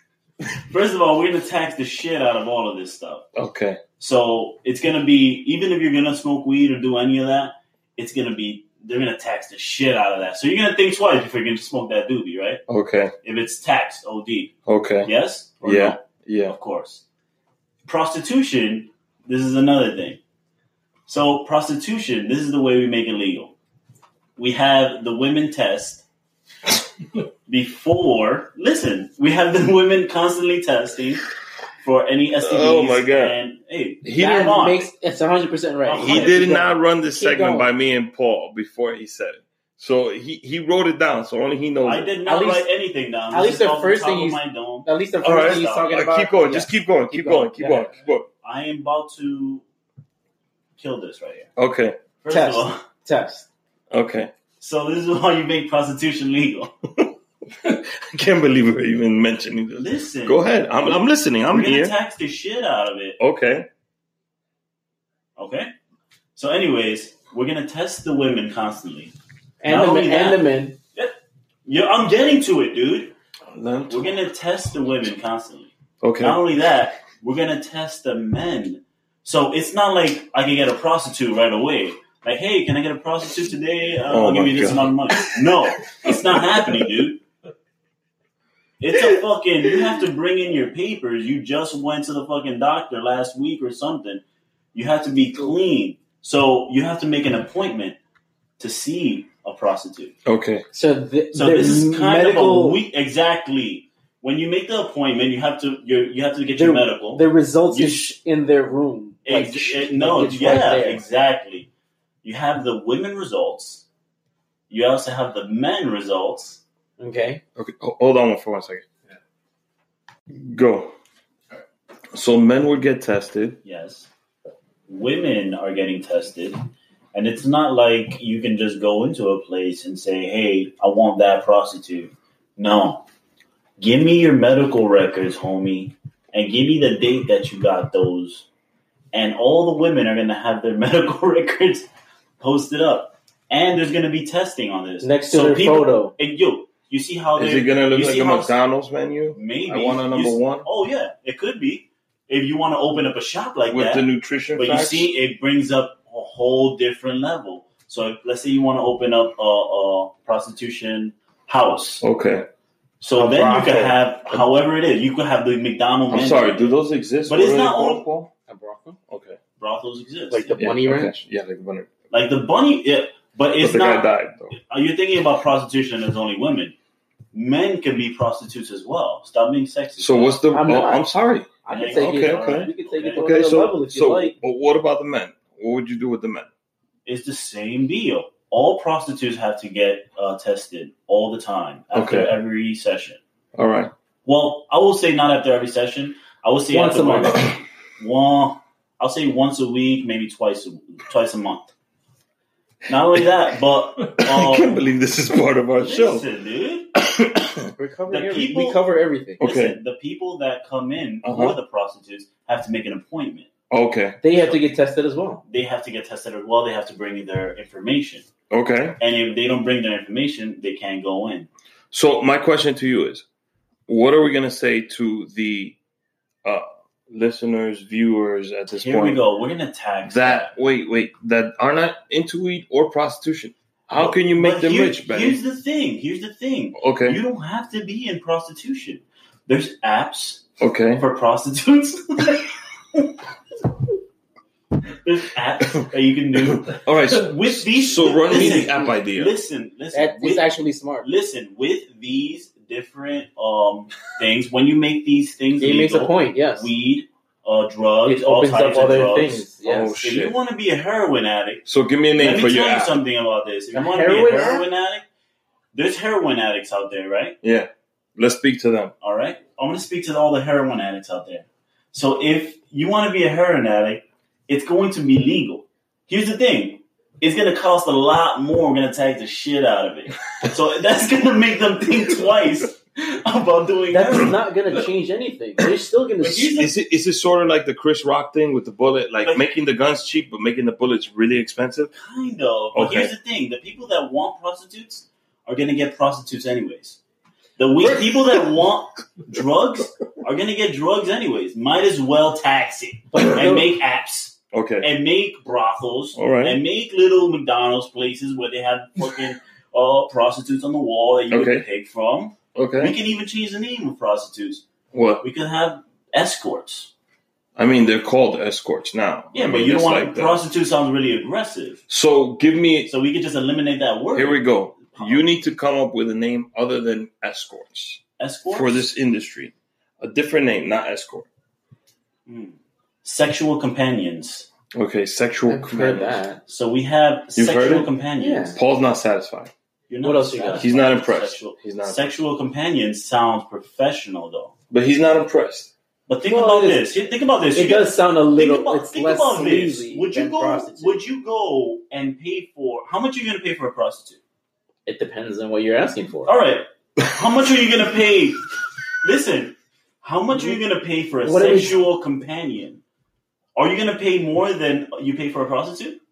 Speaker 3: (laughs) first of all, we're going to tax the shit out of all of this stuff.
Speaker 1: (laughs) okay.
Speaker 3: So it's gonna be even if you're gonna smoke weed or do any of that, it's gonna be they're gonna tax the shit out of that. So you're gonna think twice if you're gonna smoke that doobie, right?
Speaker 1: Okay.
Speaker 3: If it's taxed OD,
Speaker 1: Okay.
Speaker 3: yes or
Speaker 1: Yeah.
Speaker 3: no?
Speaker 1: Yeah.
Speaker 3: of course. Prostitution. This is another thing. So prostitution. This is the way we make it legal. We have the women
Speaker 1: (laughs)
Speaker 3: test before. Listen, we have the women constantly testing for any STDs.
Speaker 1: Oh, my God.
Speaker 3: And hey,
Speaker 1: He
Speaker 3: That
Speaker 1: didn't
Speaker 3: one-
Speaker 2: That makes it's 100 percent right.
Speaker 1: He
Speaker 3: Yeah,
Speaker 1: did
Speaker 2: Keep
Speaker 1: not
Speaker 2: going.
Speaker 1: run this
Speaker 2: Keep
Speaker 1: segment
Speaker 2: going.
Speaker 1: by me and Paul before he said it. So he, he wrote it down, so only he knows.
Speaker 3: I
Speaker 1: it.
Speaker 3: did not
Speaker 2: At least-
Speaker 3: write anything down.
Speaker 2: at
Speaker 3: This
Speaker 2: least
Speaker 3: is
Speaker 2: the
Speaker 3: off
Speaker 2: first
Speaker 3: top
Speaker 2: thing
Speaker 3: of
Speaker 2: he's-
Speaker 3: my dome.
Speaker 2: At least the first
Speaker 1: All right,
Speaker 2: thing he's
Speaker 3: stop.
Speaker 1: Uh,
Speaker 2: talking about.
Speaker 1: keep going.
Speaker 2: yeah.
Speaker 1: Just keep going. Keep,
Speaker 2: Keep
Speaker 1: going.
Speaker 2: going.
Speaker 1: Keep
Speaker 2: Yeah.
Speaker 1: going. Keep going.
Speaker 3: I am about to kill this right here.
Speaker 1: Okay.
Speaker 3: First
Speaker 2: Test.
Speaker 3: of all, (laughs)
Speaker 2: test.
Speaker 1: Okay. (laughs)
Speaker 3: so this is how you make prostitution legal.
Speaker 1: I can't believe we're even mentioning this.
Speaker 3: Listen,
Speaker 1: Go ahead. I'm, I'm listening. I'm
Speaker 3: we're gonna
Speaker 1: here.
Speaker 3: tax the shit out of it.
Speaker 1: okay.
Speaker 3: Okay. So, anyways, we're gonna test the women constantly.
Speaker 2: And
Speaker 3: Not
Speaker 2: the,
Speaker 3: only
Speaker 2: men, and
Speaker 3: that-
Speaker 2: the men.
Speaker 3: Yeah, I'm getting to it, dude. We're gonna test the women constantly. Not
Speaker 1: Okay.
Speaker 3: only that, we're gonna test the men. So it's not like I can get a prostitute right away. Like, hey, can I get a prostitute today? Uh,
Speaker 1: Oh
Speaker 3: I'll give
Speaker 1: my
Speaker 3: you this
Speaker 1: God.
Speaker 3: amount of money. No, it's not happening, dude. It's a fucking. You have to bring in your papers. You just went to the fucking doctor last week or something. You have to be clean. So you have to make an appointment to see a prostitute.
Speaker 1: Okay.
Speaker 2: So, th-
Speaker 3: So
Speaker 2: their
Speaker 3: this is kind
Speaker 2: medical.
Speaker 3: of a weak. Exactly. when you make the appointment, you have to you you have to get your
Speaker 2: They're-
Speaker 3: medical.
Speaker 2: The results
Speaker 3: You
Speaker 2: is
Speaker 3: sh-
Speaker 2: in their room. Like,
Speaker 3: Ex- eh, no,
Speaker 2: like, it's
Speaker 3: yeah,
Speaker 2: right there.
Speaker 3: exactly. You have the women results. You also have the men results.
Speaker 2: okay.
Speaker 1: Okay, ho- hold on for one second. Go. So men would get tested.
Speaker 3: Yes, women are getting tested, and it's not like you can just go into a place and say, "Hey, I want that prostitute." No, give me your medical records, homie, and give me the date that you got those. And all the women are going to have their (laughs) medical records posted up, and there's going to be testing on this
Speaker 2: Next to
Speaker 3: So
Speaker 2: their
Speaker 3: people-
Speaker 2: photo.
Speaker 3: And yo, you see how
Speaker 1: Is
Speaker 3: they
Speaker 1: it gonna look
Speaker 3: you
Speaker 1: like
Speaker 3: see
Speaker 1: a
Speaker 3: how-
Speaker 1: McDonald's menu
Speaker 3: Maybe
Speaker 1: I want a
Speaker 3: You
Speaker 1: number
Speaker 3: see-
Speaker 1: one.
Speaker 3: Oh yeah, it could be if you want to open up a shop like
Speaker 1: with
Speaker 3: that.
Speaker 1: the nutrition
Speaker 3: but you
Speaker 1: facts?
Speaker 3: see, it brings up a whole different level. So if, let's say you want to open up a, a prostitution house.
Speaker 1: okay,
Speaker 3: So
Speaker 2: A
Speaker 3: then you
Speaker 2: brothel.
Speaker 3: could have however it is. You could have the McDonald's.
Speaker 1: I'm sorry. Do those exist?
Speaker 3: But it's
Speaker 1: What are
Speaker 3: not
Speaker 1: they
Speaker 3: only-
Speaker 1: called? Okay,
Speaker 3: brothels exist?
Speaker 2: Like the
Speaker 1: Yeah,
Speaker 2: bunny
Speaker 1: okay.
Speaker 2: ranch?
Speaker 1: Yeah, like the bunny.
Speaker 3: Like the bunny. Yeah, but
Speaker 1: But
Speaker 3: it's
Speaker 1: the guy
Speaker 3: not.
Speaker 1: died though.
Speaker 3: Are you thinking about prostitution as only women? Men can be prostitutes as well. Stop being sexist.
Speaker 1: So what's the?
Speaker 2: I'm
Speaker 1: oh,
Speaker 2: not.
Speaker 1: I'm sorry.
Speaker 2: I can
Speaker 3: Okay,
Speaker 2: take it.
Speaker 1: okay.
Speaker 2: You can take it to
Speaker 1: Okay,
Speaker 2: another
Speaker 1: so
Speaker 2: level if
Speaker 1: so
Speaker 2: you like.
Speaker 1: but what about the men? What would you do with the men?
Speaker 3: It's the same deal. All prostitutes have to get uh, tested all the time after
Speaker 1: Okay.
Speaker 3: every session.
Speaker 1: All
Speaker 3: (laughs)
Speaker 1: right.
Speaker 3: Well, I will say not after every session. I will say
Speaker 2: Once
Speaker 3: after
Speaker 2: a month.
Speaker 3: like, One, I'll say once a week, maybe twice a, twice a month. Not only that, but
Speaker 1: (laughs) I can't
Speaker 3: um,
Speaker 1: believe this is part of our show.
Speaker 3: listen, dude.
Speaker 2: We're
Speaker 3: the
Speaker 2: covering every,
Speaker 3: people-
Speaker 2: we cover everything.
Speaker 1: Okay.
Speaker 3: Listen, the people that come in
Speaker 1: Uh-huh.
Speaker 3: for the prostitutes have to make an appointment.
Speaker 1: (coughs) okay.
Speaker 2: They have to get tested as well.
Speaker 3: They have to get tested as well. They have to bring in their information,
Speaker 1: Okay.
Speaker 3: and if they don't bring their information, they can't go in.
Speaker 1: So my question to you is, what are we going to say to the uh, listeners, viewers at this
Speaker 3: Here
Speaker 1: point?
Speaker 3: we go. We're gonna tax
Speaker 1: That wait, wait, that are not into weed or prostitution. How can you make
Speaker 3: But
Speaker 1: them
Speaker 3: here-
Speaker 1: rich, Benny?
Speaker 3: Here's the thing. Here's the thing.
Speaker 1: Okay,
Speaker 3: You don't have to be in prostitution. There's apps
Speaker 1: okay.
Speaker 3: for prostitutes. (laughs) There's apps that you can do.
Speaker 1: All right. So,
Speaker 3: (laughs) With these,
Speaker 1: so run me the
Speaker 3: listen,
Speaker 1: app idea.
Speaker 3: Listen, listen,
Speaker 2: That is
Speaker 3: with,
Speaker 2: actually smart.
Speaker 3: listen. With these different um things, when you make these things,
Speaker 2: He makes a
Speaker 3: legal,
Speaker 2: point, yes.
Speaker 3: Weed, uh, drugs,
Speaker 2: it
Speaker 3: all
Speaker 2: opens up
Speaker 3: types of
Speaker 2: other
Speaker 3: drugs.
Speaker 2: things. Yes.
Speaker 1: Oh,
Speaker 3: If
Speaker 1: shit.
Speaker 3: you want to be a heroin addict.
Speaker 1: (laughs) So give me a name
Speaker 3: Let
Speaker 1: for
Speaker 3: me
Speaker 1: your
Speaker 3: tell you
Speaker 1: app.
Speaker 3: something about this. If you
Speaker 2: A
Speaker 3: want to be a
Speaker 2: heroin
Speaker 3: heroin addict, there's heroin addicts out there, right?
Speaker 1: Yeah, let's speak to them.
Speaker 3: All right. I'm going to speak to all the heroin addicts out there. So if you want to be a heroin addict, it's going to be legal. Here's the thing. It's going to cost a lot more. We're going to tax the shit out of it. so that's going to make them think twice about doing (clears throat)
Speaker 2: That's
Speaker 3: heroin.
Speaker 2: not going to change anything. They're still going to.
Speaker 3: But here's
Speaker 1: Is it is it sort of like the Chris Rock thing with the bullet, like
Speaker 3: Like-
Speaker 1: making the guns cheap but making the bullets really expensive?
Speaker 3: Kind of. But
Speaker 1: Okay.
Speaker 3: here's the thing: the people that want prostitutes are going to get prostitutes anyways. The weak people that want drugs are going to get drugs anyways. Might as well tax it and make apps
Speaker 1: Okay,
Speaker 3: and make brothels
Speaker 1: all right,
Speaker 3: and make little McDonald's places where they have fucking uh, prostitutes on the wall that you
Speaker 1: Okay.
Speaker 3: can pick from.
Speaker 1: okay.
Speaker 3: We can even change the name of prostitutes.
Speaker 1: What?
Speaker 3: We could have escorts.
Speaker 1: I mean, they're called escorts now.
Speaker 3: Yeah,
Speaker 1: Oh, I
Speaker 3: but
Speaker 1: mean,
Speaker 3: you don't
Speaker 1: it's
Speaker 3: want
Speaker 1: like that.
Speaker 3: prostitute sounds really aggressive.
Speaker 1: So give me.
Speaker 3: So we could just eliminate that word.
Speaker 1: Here we go. You need to come up with a name other than escorts
Speaker 3: escorts
Speaker 1: for this industry. A different name, not escort.
Speaker 3: Hmm. Sexual companions.
Speaker 1: Okay, sexual.
Speaker 2: I've heard
Speaker 1: companion.
Speaker 2: that.
Speaker 3: So we have
Speaker 1: You've heard
Speaker 3: sexual
Speaker 1: it?
Speaker 3: companions.
Speaker 2: Yeah.
Speaker 1: Paul's not satisfied.
Speaker 3: You're
Speaker 2: What else you got?
Speaker 3: satisfied
Speaker 1: He's not
Speaker 3: with
Speaker 1: impressed.
Speaker 3: Sexual,
Speaker 1: He's not,
Speaker 3: sexual companions sounds professional though.
Speaker 1: but he's not impressed.
Speaker 3: But think
Speaker 2: Well,
Speaker 3: about
Speaker 2: it
Speaker 3: this. Think about this.
Speaker 2: It
Speaker 3: You
Speaker 2: does sound a
Speaker 3: got-
Speaker 2: little.
Speaker 3: Think about,
Speaker 2: it's
Speaker 3: think
Speaker 2: less
Speaker 3: about this.
Speaker 2: sleazy
Speaker 3: Would you
Speaker 2: than
Speaker 3: go?
Speaker 2: prostitute.
Speaker 3: Would you go and pay for? How much are you going to pay for a prostitute?
Speaker 2: It depends on what you're asking for.
Speaker 3: All right. How much are you going to pay? Listen. How much are you going to pay for a
Speaker 2: What are we-
Speaker 3: sexual companion? Are you going to pay more than you pay for a prostitute?
Speaker 1: (laughs)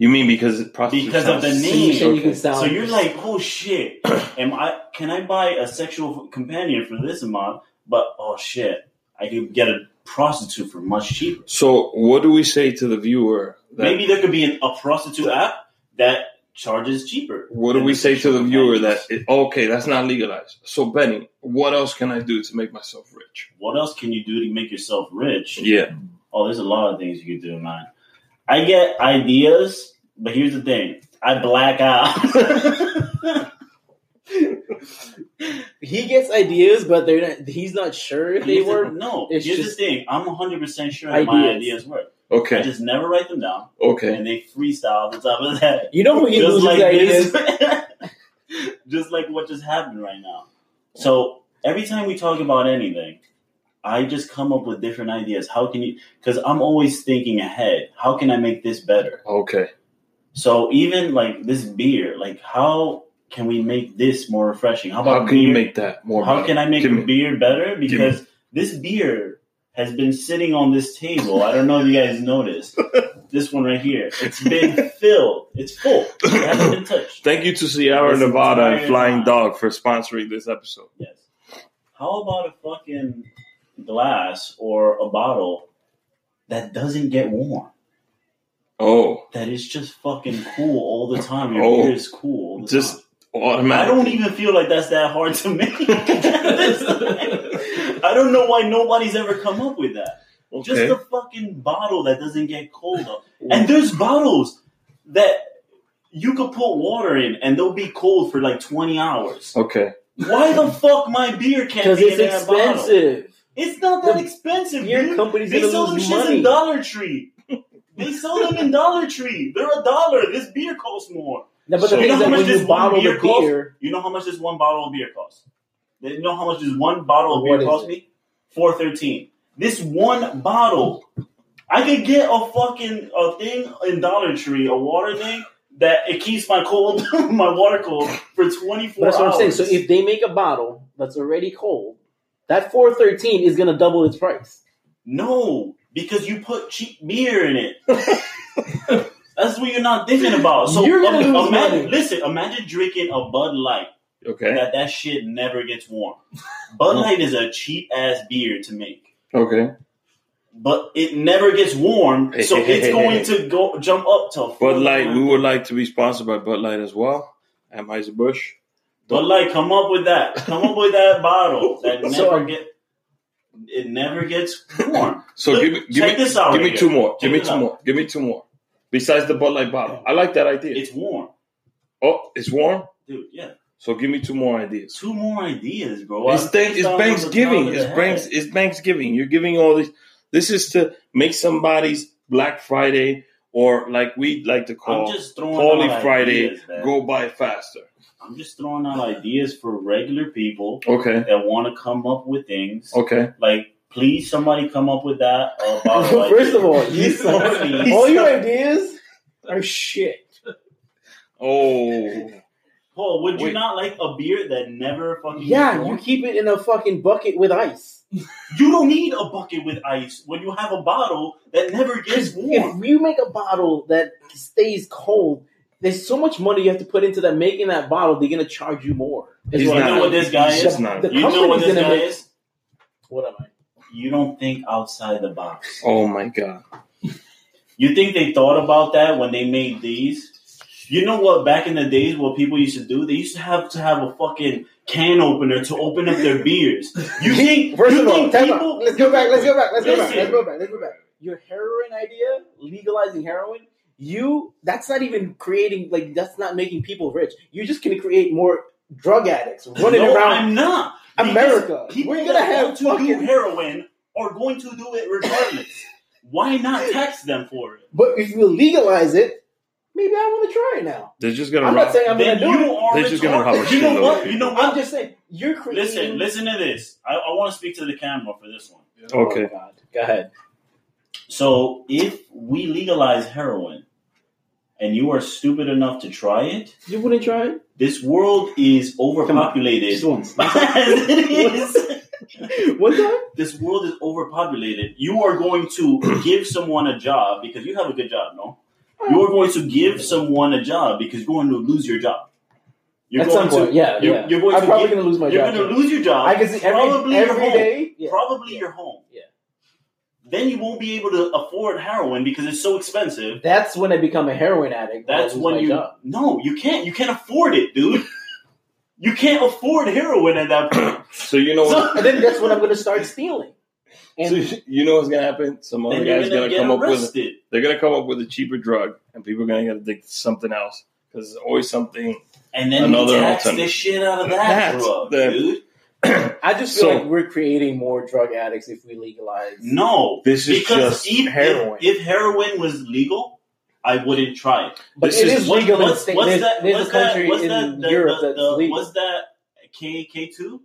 Speaker 1: You mean because prostitute
Speaker 3: Because of
Speaker 1: sounds
Speaker 3: the
Speaker 2: So
Speaker 3: name.
Speaker 2: you
Speaker 1: seedy?
Speaker 2: can- you can
Speaker 1: Okay.
Speaker 2: sound-
Speaker 3: So you're like, oh
Speaker 2: (clears throat)
Speaker 3: shit, am I? Can I buy a sexual companion for this amount? But oh shit, I can get a prostitute for much cheaper.
Speaker 1: So what do we say to the viewer? That,
Speaker 3: Maybe there could be an, a prostitute app that charges cheaper.
Speaker 1: What do
Speaker 3: than
Speaker 1: we
Speaker 3: the
Speaker 1: say to
Speaker 3: sexual
Speaker 1: the viewer that
Speaker 3: companions.
Speaker 1: it, okay, that's not legalized. So Benny, what else can I do to make myself rich?
Speaker 3: What else can you do to make yourself rich?
Speaker 1: Yeah.
Speaker 3: Oh, there's a lot of things you can do, man. I get ideas, but here's the thing: I black out.
Speaker 2: he gets ideas, but they're not, he's not sure if (laughs) they
Speaker 3: Here's the-
Speaker 2: were.
Speaker 3: (laughs) no.
Speaker 2: it's
Speaker 3: Here's
Speaker 2: just
Speaker 3: the thing. I'm 100 percent sure that my
Speaker 2: ideas.
Speaker 3: ideas work. I
Speaker 1: Okay.
Speaker 3: just never write them down,
Speaker 1: Okay.
Speaker 3: and they freestyle on top of
Speaker 2: (laughs)
Speaker 3: that.
Speaker 2: You know who he
Speaker 3: just
Speaker 2: loses
Speaker 3: like
Speaker 2: ideas.
Speaker 3: this, (laughs) just like what just happened right now. So every time we talk about anything, I just come up with different ideas. How can you? Because I'm always thinking ahead. How can I make this better?
Speaker 1: Okay.
Speaker 3: So even like this beer, like how can we make this more refreshing? How about
Speaker 1: How can you
Speaker 3: beer?
Speaker 1: make that more?
Speaker 3: How
Speaker 1: better?
Speaker 3: can I make
Speaker 1: Give
Speaker 3: a
Speaker 1: me-
Speaker 3: beer better?
Speaker 1: me-
Speaker 3: Because this beer has been sitting on this table. I don't know if you guys
Speaker 1: (laughs)
Speaker 3: noticed this one right here. It's been filled. It's full. It hasn't
Speaker 1: (laughs)
Speaker 3: been touched.
Speaker 1: Thank you to Sierra
Speaker 3: This
Speaker 1: Nevada and
Speaker 3: entire
Speaker 1: Flying
Speaker 3: time.
Speaker 1: Dog for sponsoring this episode.
Speaker 3: Yes. How about a fucking glass or a bottle that doesn't get warm?
Speaker 1: Oh,
Speaker 3: That is just fucking cool all the time. Your
Speaker 1: Oh.
Speaker 3: beer is cool. all the
Speaker 1: Just
Speaker 3: time. I
Speaker 1: automatic.
Speaker 3: don't even feel like that's that hard to make. (laughs) I don't know why nobody's ever come up with that. Just
Speaker 1: okay.
Speaker 3: the fucking bottle that doesn't get cold. And there's bottles that you could put water in and they'll be cold for like 20 hours.
Speaker 1: okay.
Speaker 3: Why the fuck my beer can't
Speaker 2: Because
Speaker 3: be
Speaker 2: it's
Speaker 3: in that bottle?
Speaker 2: expensive.
Speaker 3: It's not that
Speaker 2: The
Speaker 3: expensive,
Speaker 2: Beer
Speaker 3: dude.
Speaker 2: companies
Speaker 3: They
Speaker 2: gonna
Speaker 3: sell them
Speaker 2: lose
Speaker 3: shits in
Speaker 2: money.
Speaker 3: Dollar Tree. They sell them in Dollar Tree. They're a dollar. This beer costs more.
Speaker 2: No, but
Speaker 1: So-
Speaker 2: the
Speaker 1: You
Speaker 2: thing
Speaker 1: know
Speaker 2: is
Speaker 1: how
Speaker 2: that
Speaker 3: much
Speaker 2: when
Speaker 3: this
Speaker 2: you
Speaker 3: one
Speaker 2: bottle
Speaker 3: beer
Speaker 2: the
Speaker 3: costs?
Speaker 2: beer,
Speaker 3: You know how much this one bottle of beer costs? You know how much this one bottle of
Speaker 2: What
Speaker 3: beer
Speaker 2: is
Speaker 3: costs
Speaker 2: it?
Speaker 3: me? Four thirteen. This one bottle. I could get a fucking a thing in Dollar Tree, a water thing that it keeps my cold, (laughs) my water cold for twenty four hours.
Speaker 2: that's what I'm saying. So if they make a bottle that's already cold, that 413 is going to double its price.
Speaker 3: No, because you put cheap beer in
Speaker 2: (laughs)
Speaker 3: it. That's what you're not thinking about. So
Speaker 2: You're gonna
Speaker 3: im-
Speaker 2: lose
Speaker 3: imagine,
Speaker 2: money.
Speaker 3: listen, imagine drinking a Bud Light
Speaker 1: Okay.
Speaker 3: that that shit never gets
Speaker 2: (laughs)
Speaker 3: warm. Bud Light is a cheap ass beer to make,
Speaker 1: Okay.
Speaker 3: but it never gets
Speaker 1: (laughs)
Speaker 3: warm, so
Speaker 1: Hey, hey,
Speaker 3: it's
Speaker 1: hey,
Speaker 3: going
Speaker 1: hey,
Speaker 3: to go jump up to
Speaker 1: Bud
Speaker 3: full-
Speaker 1: Light. We would like to be sponsored by Bud Light as well. At Meiser Bush.
Speaker 3: Bud Light, come up with that. Come up with that
Speaker 1: (laughs)
Speaker 3: bottle that never
Speaker 2: So, um,
Speaker 3: get. It never gets
Speaker 1: (laughs)
Speaker 3: warm.
Speaker 1: So
Speaker 3: Look,
Speaker 1: give me, give
Speaker 3: check
Speaker 1: me,
Speaker 3: this out.
Speaker 1: give
Speaker 3: right
Speaker 1: me two
Speaker 3: here.
Speaker 1: more. Give
Speaker 3: Check
Speaker 1: me
Speaker 3: this
Speaker 1: two
Speaker 3: out.
Speaker 1: more. Give me two more. Besides the Bud Light bottle, I like that idea.
Speaker 3: It's warm,
Speaker 1: Oh, it's warm.
Speaker 3: dude. Yeah.
Speaker 1: So give me two more ideas.
Speaker 3: two more ideas, bro.
Speaker 1: It's,
Speaker 3: I
Speaker 1: thank,
Speaker 3: freestyled
Speaker 1: it's
Speaker 3: on the
Speaker 1: Thanksgiving.
Speaker 3: top of
Speaker 1: It's,
Speaker 3: the
Speaker 1: thanks,
Speaker 3: head.
Speaker 1: it's Thanksgiving. You're giving all this. This is to make somebody's Black Friday or like we like to
Speaker 3: I'm
Speaker 1: call
Speaker 3: just throwing
Speaker 1: Oh, Holy
Speaker 3: out
Speaker 1: Friday.
Speaker 3: Ideas, man.
Speaker 1: go by faster.
Speaker 3: I'm just throwing out ideas for regular people
Speaker 1: Okay.
Speaker 3: that want to come up with things.
Speaker 1: Okay.
Speaker 3: Like, please, somebody come up with that. uh,
Speaker 2: (laughs)
Speaker 1: (laughs)
Speaker 3: about, like-
Speaker 2: First
Speaker 3: (laughs)
Speaker 2: of all, you
Speaker 3: Please,
Speaker 2: suck.
Speaker 3: please.
Speaker 2: all your ideas are shit.
Speaker 1: Oh.
Speaker 3: Paul, would you
Speaker 1: Wait.
Speaker 3: not like a beer that never fucking?
Speaker 2: Yeah,
Speaker 3: gets
Speaker 2: you
Speaker 3: warm?
Speaker 2: keep it in a fucking bucket with ice.
Speaker 3: You don't need a bucket with ice when you have a bottle that never gets warm.
Speaker 2: If you make a bottle that stays cold, there's so much money you have to put into that making that bottle. They're gonna charge you more. Is
Speaker 1: He's
Speaker 2: what
Speaker 3: you
Speaker 1: not-
Speaker 2: I
Speaker 3: know what this guy
Speaker 1: he's
Speaker 3: is.
Speaker 1: just not-
Speaker 2: the
Speaker 3: you know what
Speaker 2: company's
Speaker 3: this
Speaker 2: gonna
Speaker 3: guy
Speaker 2: make-
Speaker 3: is.
Speaker 2: What am I?
Speaker 3: You don't think outside the box.
Speaker 1: Oh my God.
Speaker 3: You think they thought about that when they made these? You know what? Back in the days, what people used to do, they used to have to have a fucking can opener to open up their beers. You think?
Speaker 2: (laughs) First
Speaker 3: you
Speaker 2: of all,
Speaker 3: think
Speaker 2: time out.
Speaker 3: people-
Speaker 2: let's go back. Let's go back. Let's go back.
Speaker 3: Listen.
Speaker 2: Let's go back. Let's go back. Your heroin idea, legalizing heroin, you that's not even creating like that's not making people rich. You're just gonna create more drug addicts running
Speaker 3: no,
Speaker 2: around
Speaker 3: I'm not. Because
Speaker 2: America.
Speaker 3: People
Speaker 2: We're gonna
Speaker 3: that
Speaker 2: have
Speaker 3: want to do
Speaker 2: fucking.
Speaker 3: heroin are going to do it regardless. Why not tax them for it?
Speaker 2: But if you legalize it, maybe I want to try it now.
Speaker 1: They're just going to
Speaker 2: I'm not
Speaker 1: rob.
Speaker 2: saying I'm
Speaker 3: then
Speaker 2: gonna do it.
Speaker 3: you are
Speaker 1: They're just gonna have a
Speaker 3: retarded. You know
Speaker 1: shitload
Speaker 3: what?
Speaker 1: of
Speaker 3: You know
Speaker 2: I'm
Speaker 3: what?
Speaker 2: just saying you're creating.
Speaker 3: Listen, listen to this. I, I want to speak to the camera for this one.
Speaker 1: Okay.
Speaker 2: Oh, God. Go ahead.
Speaker 3: So if we legalize heroin and you are stupid enough to try it,
Speaker 2: You wouldn't try it
Speaker 3: this world is overpopulated.
Speaker 2: just once. (laughs)
Speaker 3: (laughs) It is.
Speaker 2: One time?
Speaker 3: this world is overpopulated. You are going
Speaker 2: (clears throat)
Speaker 3: to give someone a job because you have a good job, no? You are going to give someone a job because you're going to lose your job. You're
Speaker 2: At
Speaker 3: going
Speaker 2: some
Speaker 3: to
Speaker 2: point, yeah,
Speaker 3: you're,
Speaker 2: yeah.
Speaker 3: you're going
Speaker 2: I'm
Speaker 3: to
Speaker 2: probably
Speaker 3: give-
Speaker 2: gonna lose my
Speaker 3: you're
Speaker 2: job.
Speaker 3: going to lose your job.
Speaker 2: I can see every,
Speaker 3: probably your
Speaker 2: every
Speaker 3: home.
Speaker 2: day. Yeah.
Speaker 3: Probably
Speaker 2: Yeah.
Speaker 3: your home.
Speaker 2: Yeah.
Speaker 3: Then you won't be able to afford heroin because it's so expensive.
Speaker 2: That's when I become a heroin addict.
Speaker 3: That's
Speaker 2: I lose my
Speaker 3: when you
Speaker 2: job.
Speaker 3: no, you can't. You can't afford it, dude. You can't afford heroin at that point.
Speaker 1: So you know what?
Speaker 3: So-
Speaker 2: And then that's when I'm going
Speaker 3: (laughs)
Speaker 2: to start stealing.
Speaker 1: so
Speaker 2: And
Speaker 1: (laughs) you know what's going to happen? Some other
Speaker 3: then you're
Speaker 1: guy's
Speaker 3: gonna,
Speaker 1: going to
Speaker 3: get
Speaker 1: come up with
Speaker 3: arrested.
Speaker 1: They're going to come up with a cheaper drug and people are going to get addicted to something else because there's always something.
Speaker 3: and then
Speaker 1: Another
Speaker 3: you tax
Speaker 1: alternative.
Speaker 3: the shit out of that
Speaker 1: That's
Speaker 3: drug,
Speaker 1: the-
Speaker 3: dude.
Speaker 2: I just feel
Speaker 1: So-
Speaker 2: like we're creating more drug addicts if we legalize.
Speaker 3: No,
Speaker 1: This is just
Speaker 3: if,
Speaker 1: heroin.
Speaker 3: If, if heroin was legal, I wouldn't try it.
Speaker 2: but
Speaker 1: this
Speaker 2: it
Speaker 1: is-
Speaker 2: is
Speaker 3: What-
Speaker 2: legal in
Speaker 3: what's,
Speaker 2: state.
Speaker 3: what's
Speaker 2: There's,
Speaker 3: that?
Speaker 2: there's
Speaker 3: what's
Speaker 2: a
Speaker 3: that-
Speaker 2: country
Speaker 3: what's
Speaker 2: in
Speaker 3: that- the-
Speaker 2: Europe
Speaker 3: the-
Speaker 2: that's
Speaker 3: the-
Speaker 2: legal.
Speaker 3: What's that? K K two?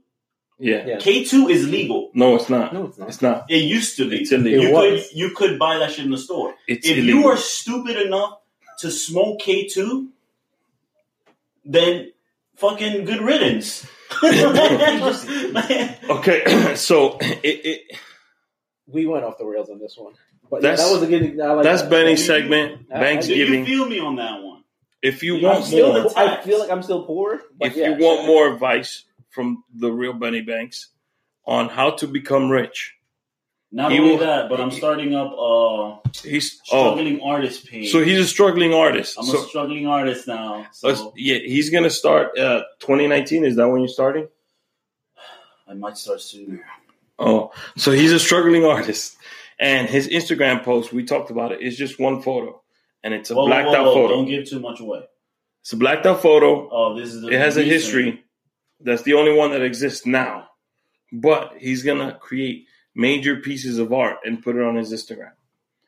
Speaker 1: Yeah.
Speaker 2: Yeah.
Speaker 3: K two is legal.
Speaker 1: No, it's not.
Speaker 2: No, it's not.
Speaker 1: It's not.
Speaker 3: It used to be.
Speaker 1: It's illegal.
Speaker 3: You
Speaker 2: It
Speaker 3: could
Speaker 2: was.
Speaker 3: you could buy that shit in the store.
Speaker 1: It's
Speaker 3: if
Speaker 1: illegal.
Speaker 3: you are stupid enough to smoke K two, then fucking good
Speaker 1: (laughs)
Speaker 3: riddance. (laughs)
Speaker 1: okay, (clears throat) so it, it
Speaker 2: We went off the rails on this one. But
Speaker 1: That's-
Speaker 2: yeah, that was a good. I like
Speaker 1: that's
Speaker 2: that.
Speaker 1: Benny's segment.
Speaker 2: I- I-
Speaker 3: Do you
Speaker 1: Thanksgiving.
Speaker 3: feel me on that one?
Speaker 1: If you
Speaker 3: I'm
Speaker 1: want
Speaker 3: still-
Speaker 1: more,
Speaker 2: Still, I feel like I'm still poor. But
Speaker 1: if
Speaker 2: yeah,
Speaker 1: you want
Speaker 2: sure.
Speaker 1: more advice from the real Benny Banks on how to become rich,
Speaker 3: Not
Speaker 1: He
Speaker 3: only
Speaker 1: will-
Speaker 3: that, but I'm starting up uh, a
Speaker 1: he's oh,
Speaker 3: struggling artist page.
Speaker 1: so he's a struggling artist.
Speaker 3: I'm a
Speaker 1: so
Speaker 3: struggling artist now.
Speaker 1: let's-
Speaker 3: So
Speaker 1: Oh, yeah, he's gonna start uh, 2019. Is that when you're starting?
Speaker 3: I might start sooner.
Speaker 1: Oh, so he's a struggling artist, and his Instagram post we talked about it. It's just one photo, and it's a
Speaker 3: Whoa,
Speaker 1: blacked
Speaker 3: whoa,
Speaker 1: out
Speaker 3: whoa,
Speaker 1: photo.
Speaker 3: Don't give too much away.
Speaker 1: It's a blacked out photo.
Speaker 3: Oh, this is the
Speaker 1: It has a
Speaker 3: recent-
Speaker 1: history. That's the only one that exists now. But he's gonna create major pieces of art and put it on his Instagram.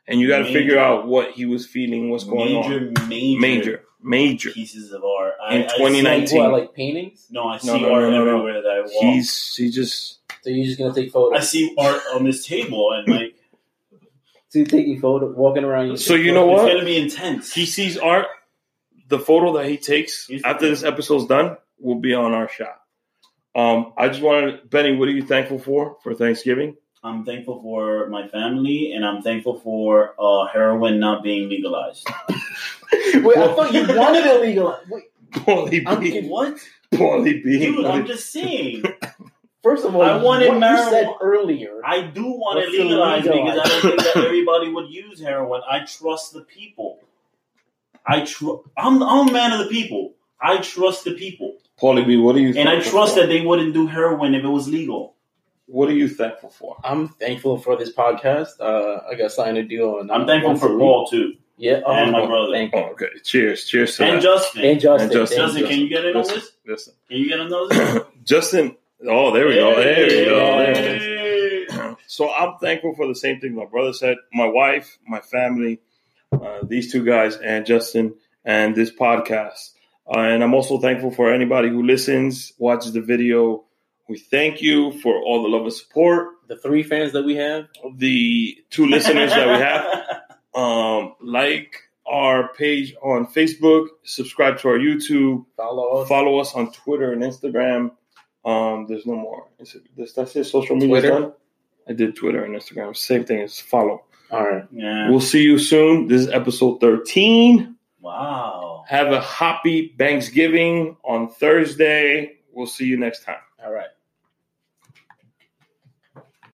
Speaker 1: And you got to
Speaker 3: Major.
Speaker 1: figure out what he was feeling, what's going
Speaker 3: major,
Speaker 1: on.
Speaker 3: major,
Speaker 1: Major, major.
Speaker 3: pieces of art
Speaker 1: In
Speaker 3: I, I
Speaker 1: 2019.
Speaker 3: see,
Speaker 1: team.
Speaker 2: What, like paintings?
Speaker 3: no, I see
Speaker 1: no,
Speaker 3: art
Speaker 1: no, no, no.
Speaker 3: everywhere that I walk.
Speaker 1: He's he just
Speaker 2: So you're just gonna take
Speaker 3: I
Speaker 2: photos.
Speaker 3: see art on this table, and like
Speaker 2: So you're taking photos, walking around. you
Speaker 1: So
Speaker 2: take
Speaker 1: you know
Speaker 2: photos.
Speaker 1: What?
Speaker 3: it's gonna be intense.
Speaker 1: he sees art. The photo that he takes
Speaker 3: He's-
Speaker 1: after this episode's done will be on our shop. Um, I just wanted Benny. What are you thankful for for Thanksgiving? (laughs)
Speaker 3: I'm thankful for my family, and I'm thankful for uh, heroin not being legalized.
Speaker 2: Wait, I thought you wanted it legal. Wait,
Speaker 1: Paulie
Speaker 2: I'm
Speaker 1: B. (laughs)
Speaker 2: kidding.
Speaker 3: what,
Speaker 1: Paulie B.
Speaker 3: dude? I'm just saying.
Speaker 2: First of all,
Speaker 3: I wanted
Speaker 2: what you said
Speaker 3: marijuana.
Speaker 2: earlier.
Speaker 3: I do want
Speaker 2: What's
Speaker 3: it
Speaker 2: the
Speaker 3: legalized because I
Speaker 2: legalized?
Speaker 3: don't think that everybody would use heroin. I trust the people. I tr- I'm I'm a man of the people. I trust the people,
Speaker 1: Paulie B. What are you?
Speaker 3: and I
Speaker 1: thankful
Speaker 3: trust
Speaker 1: for?
Speaker 3: that they wouldn't do heroin if it was legal.
Speaker 1: What are you thankful for?
Speaker 2: I'm thankful for this podcast. Uh, I got signed a deal, and
Speaker 3: I'm thankful
Speaker 2: once a
Speaker 3: for
Speaker 2: week.
Speaker 3: Paul too,
Speaker 2: Yeah, oh,
Speaker 3: and my brother,
Speaker 2: thank
Speaker 1: Oh, okay. Cheers. Cheers to
Speaker 3: and
Speaker 1: that.
Speaker 3: Justin.
Speaker 2: and Justin.
Speaker 1: And Justin.
Speaker 2: thank
Speaker 3: Justin,
Speaker 2: you.
Speaker 3: can you get in on
Speaker 1: Justin.
Speaker 3: this?
Speaker 1: Listen.
Speaker 3: Can you get in
Speaker 1: (coughs)
Speaker 3: on this?
Speaker 1: Justin. Oh, there we go. There we go. There it is.
Speaker 3: we go.
Speaker 1: So I'm thankful for the same thing my brother said. My wife, my family, uh, these two guys, and Justin, and this podcast. Uh, and I'm also thankful for anybody who listens, watches the video. We thank you for all the love and support.
Speaker 2: The three fans that we have.
Speaker 1: The two listeners that we have.
Speaker 3: (laughs)
Speaker 1: Um, like our page on Facebook, subscribe to our YouTube,
Speaker 2: Follow us.
Speaker 1: Follow us on Twitter and Instagram. Um, there's no more. Is it, that's, that's it. Social media
Speaker 2: Twitter?
Speaker 1: done. I did Twitter and Instagram. Same thing as follow.
Speaker 2: All right.
Speaker 3: Yeah.
Speaker 1: We'll see you soon. This is episode 13.
Speaker 3: Wow.
Speaker 1: Have a happy Thanksgiving on Thursday. We'll see you next time.
Speaker 2: All right.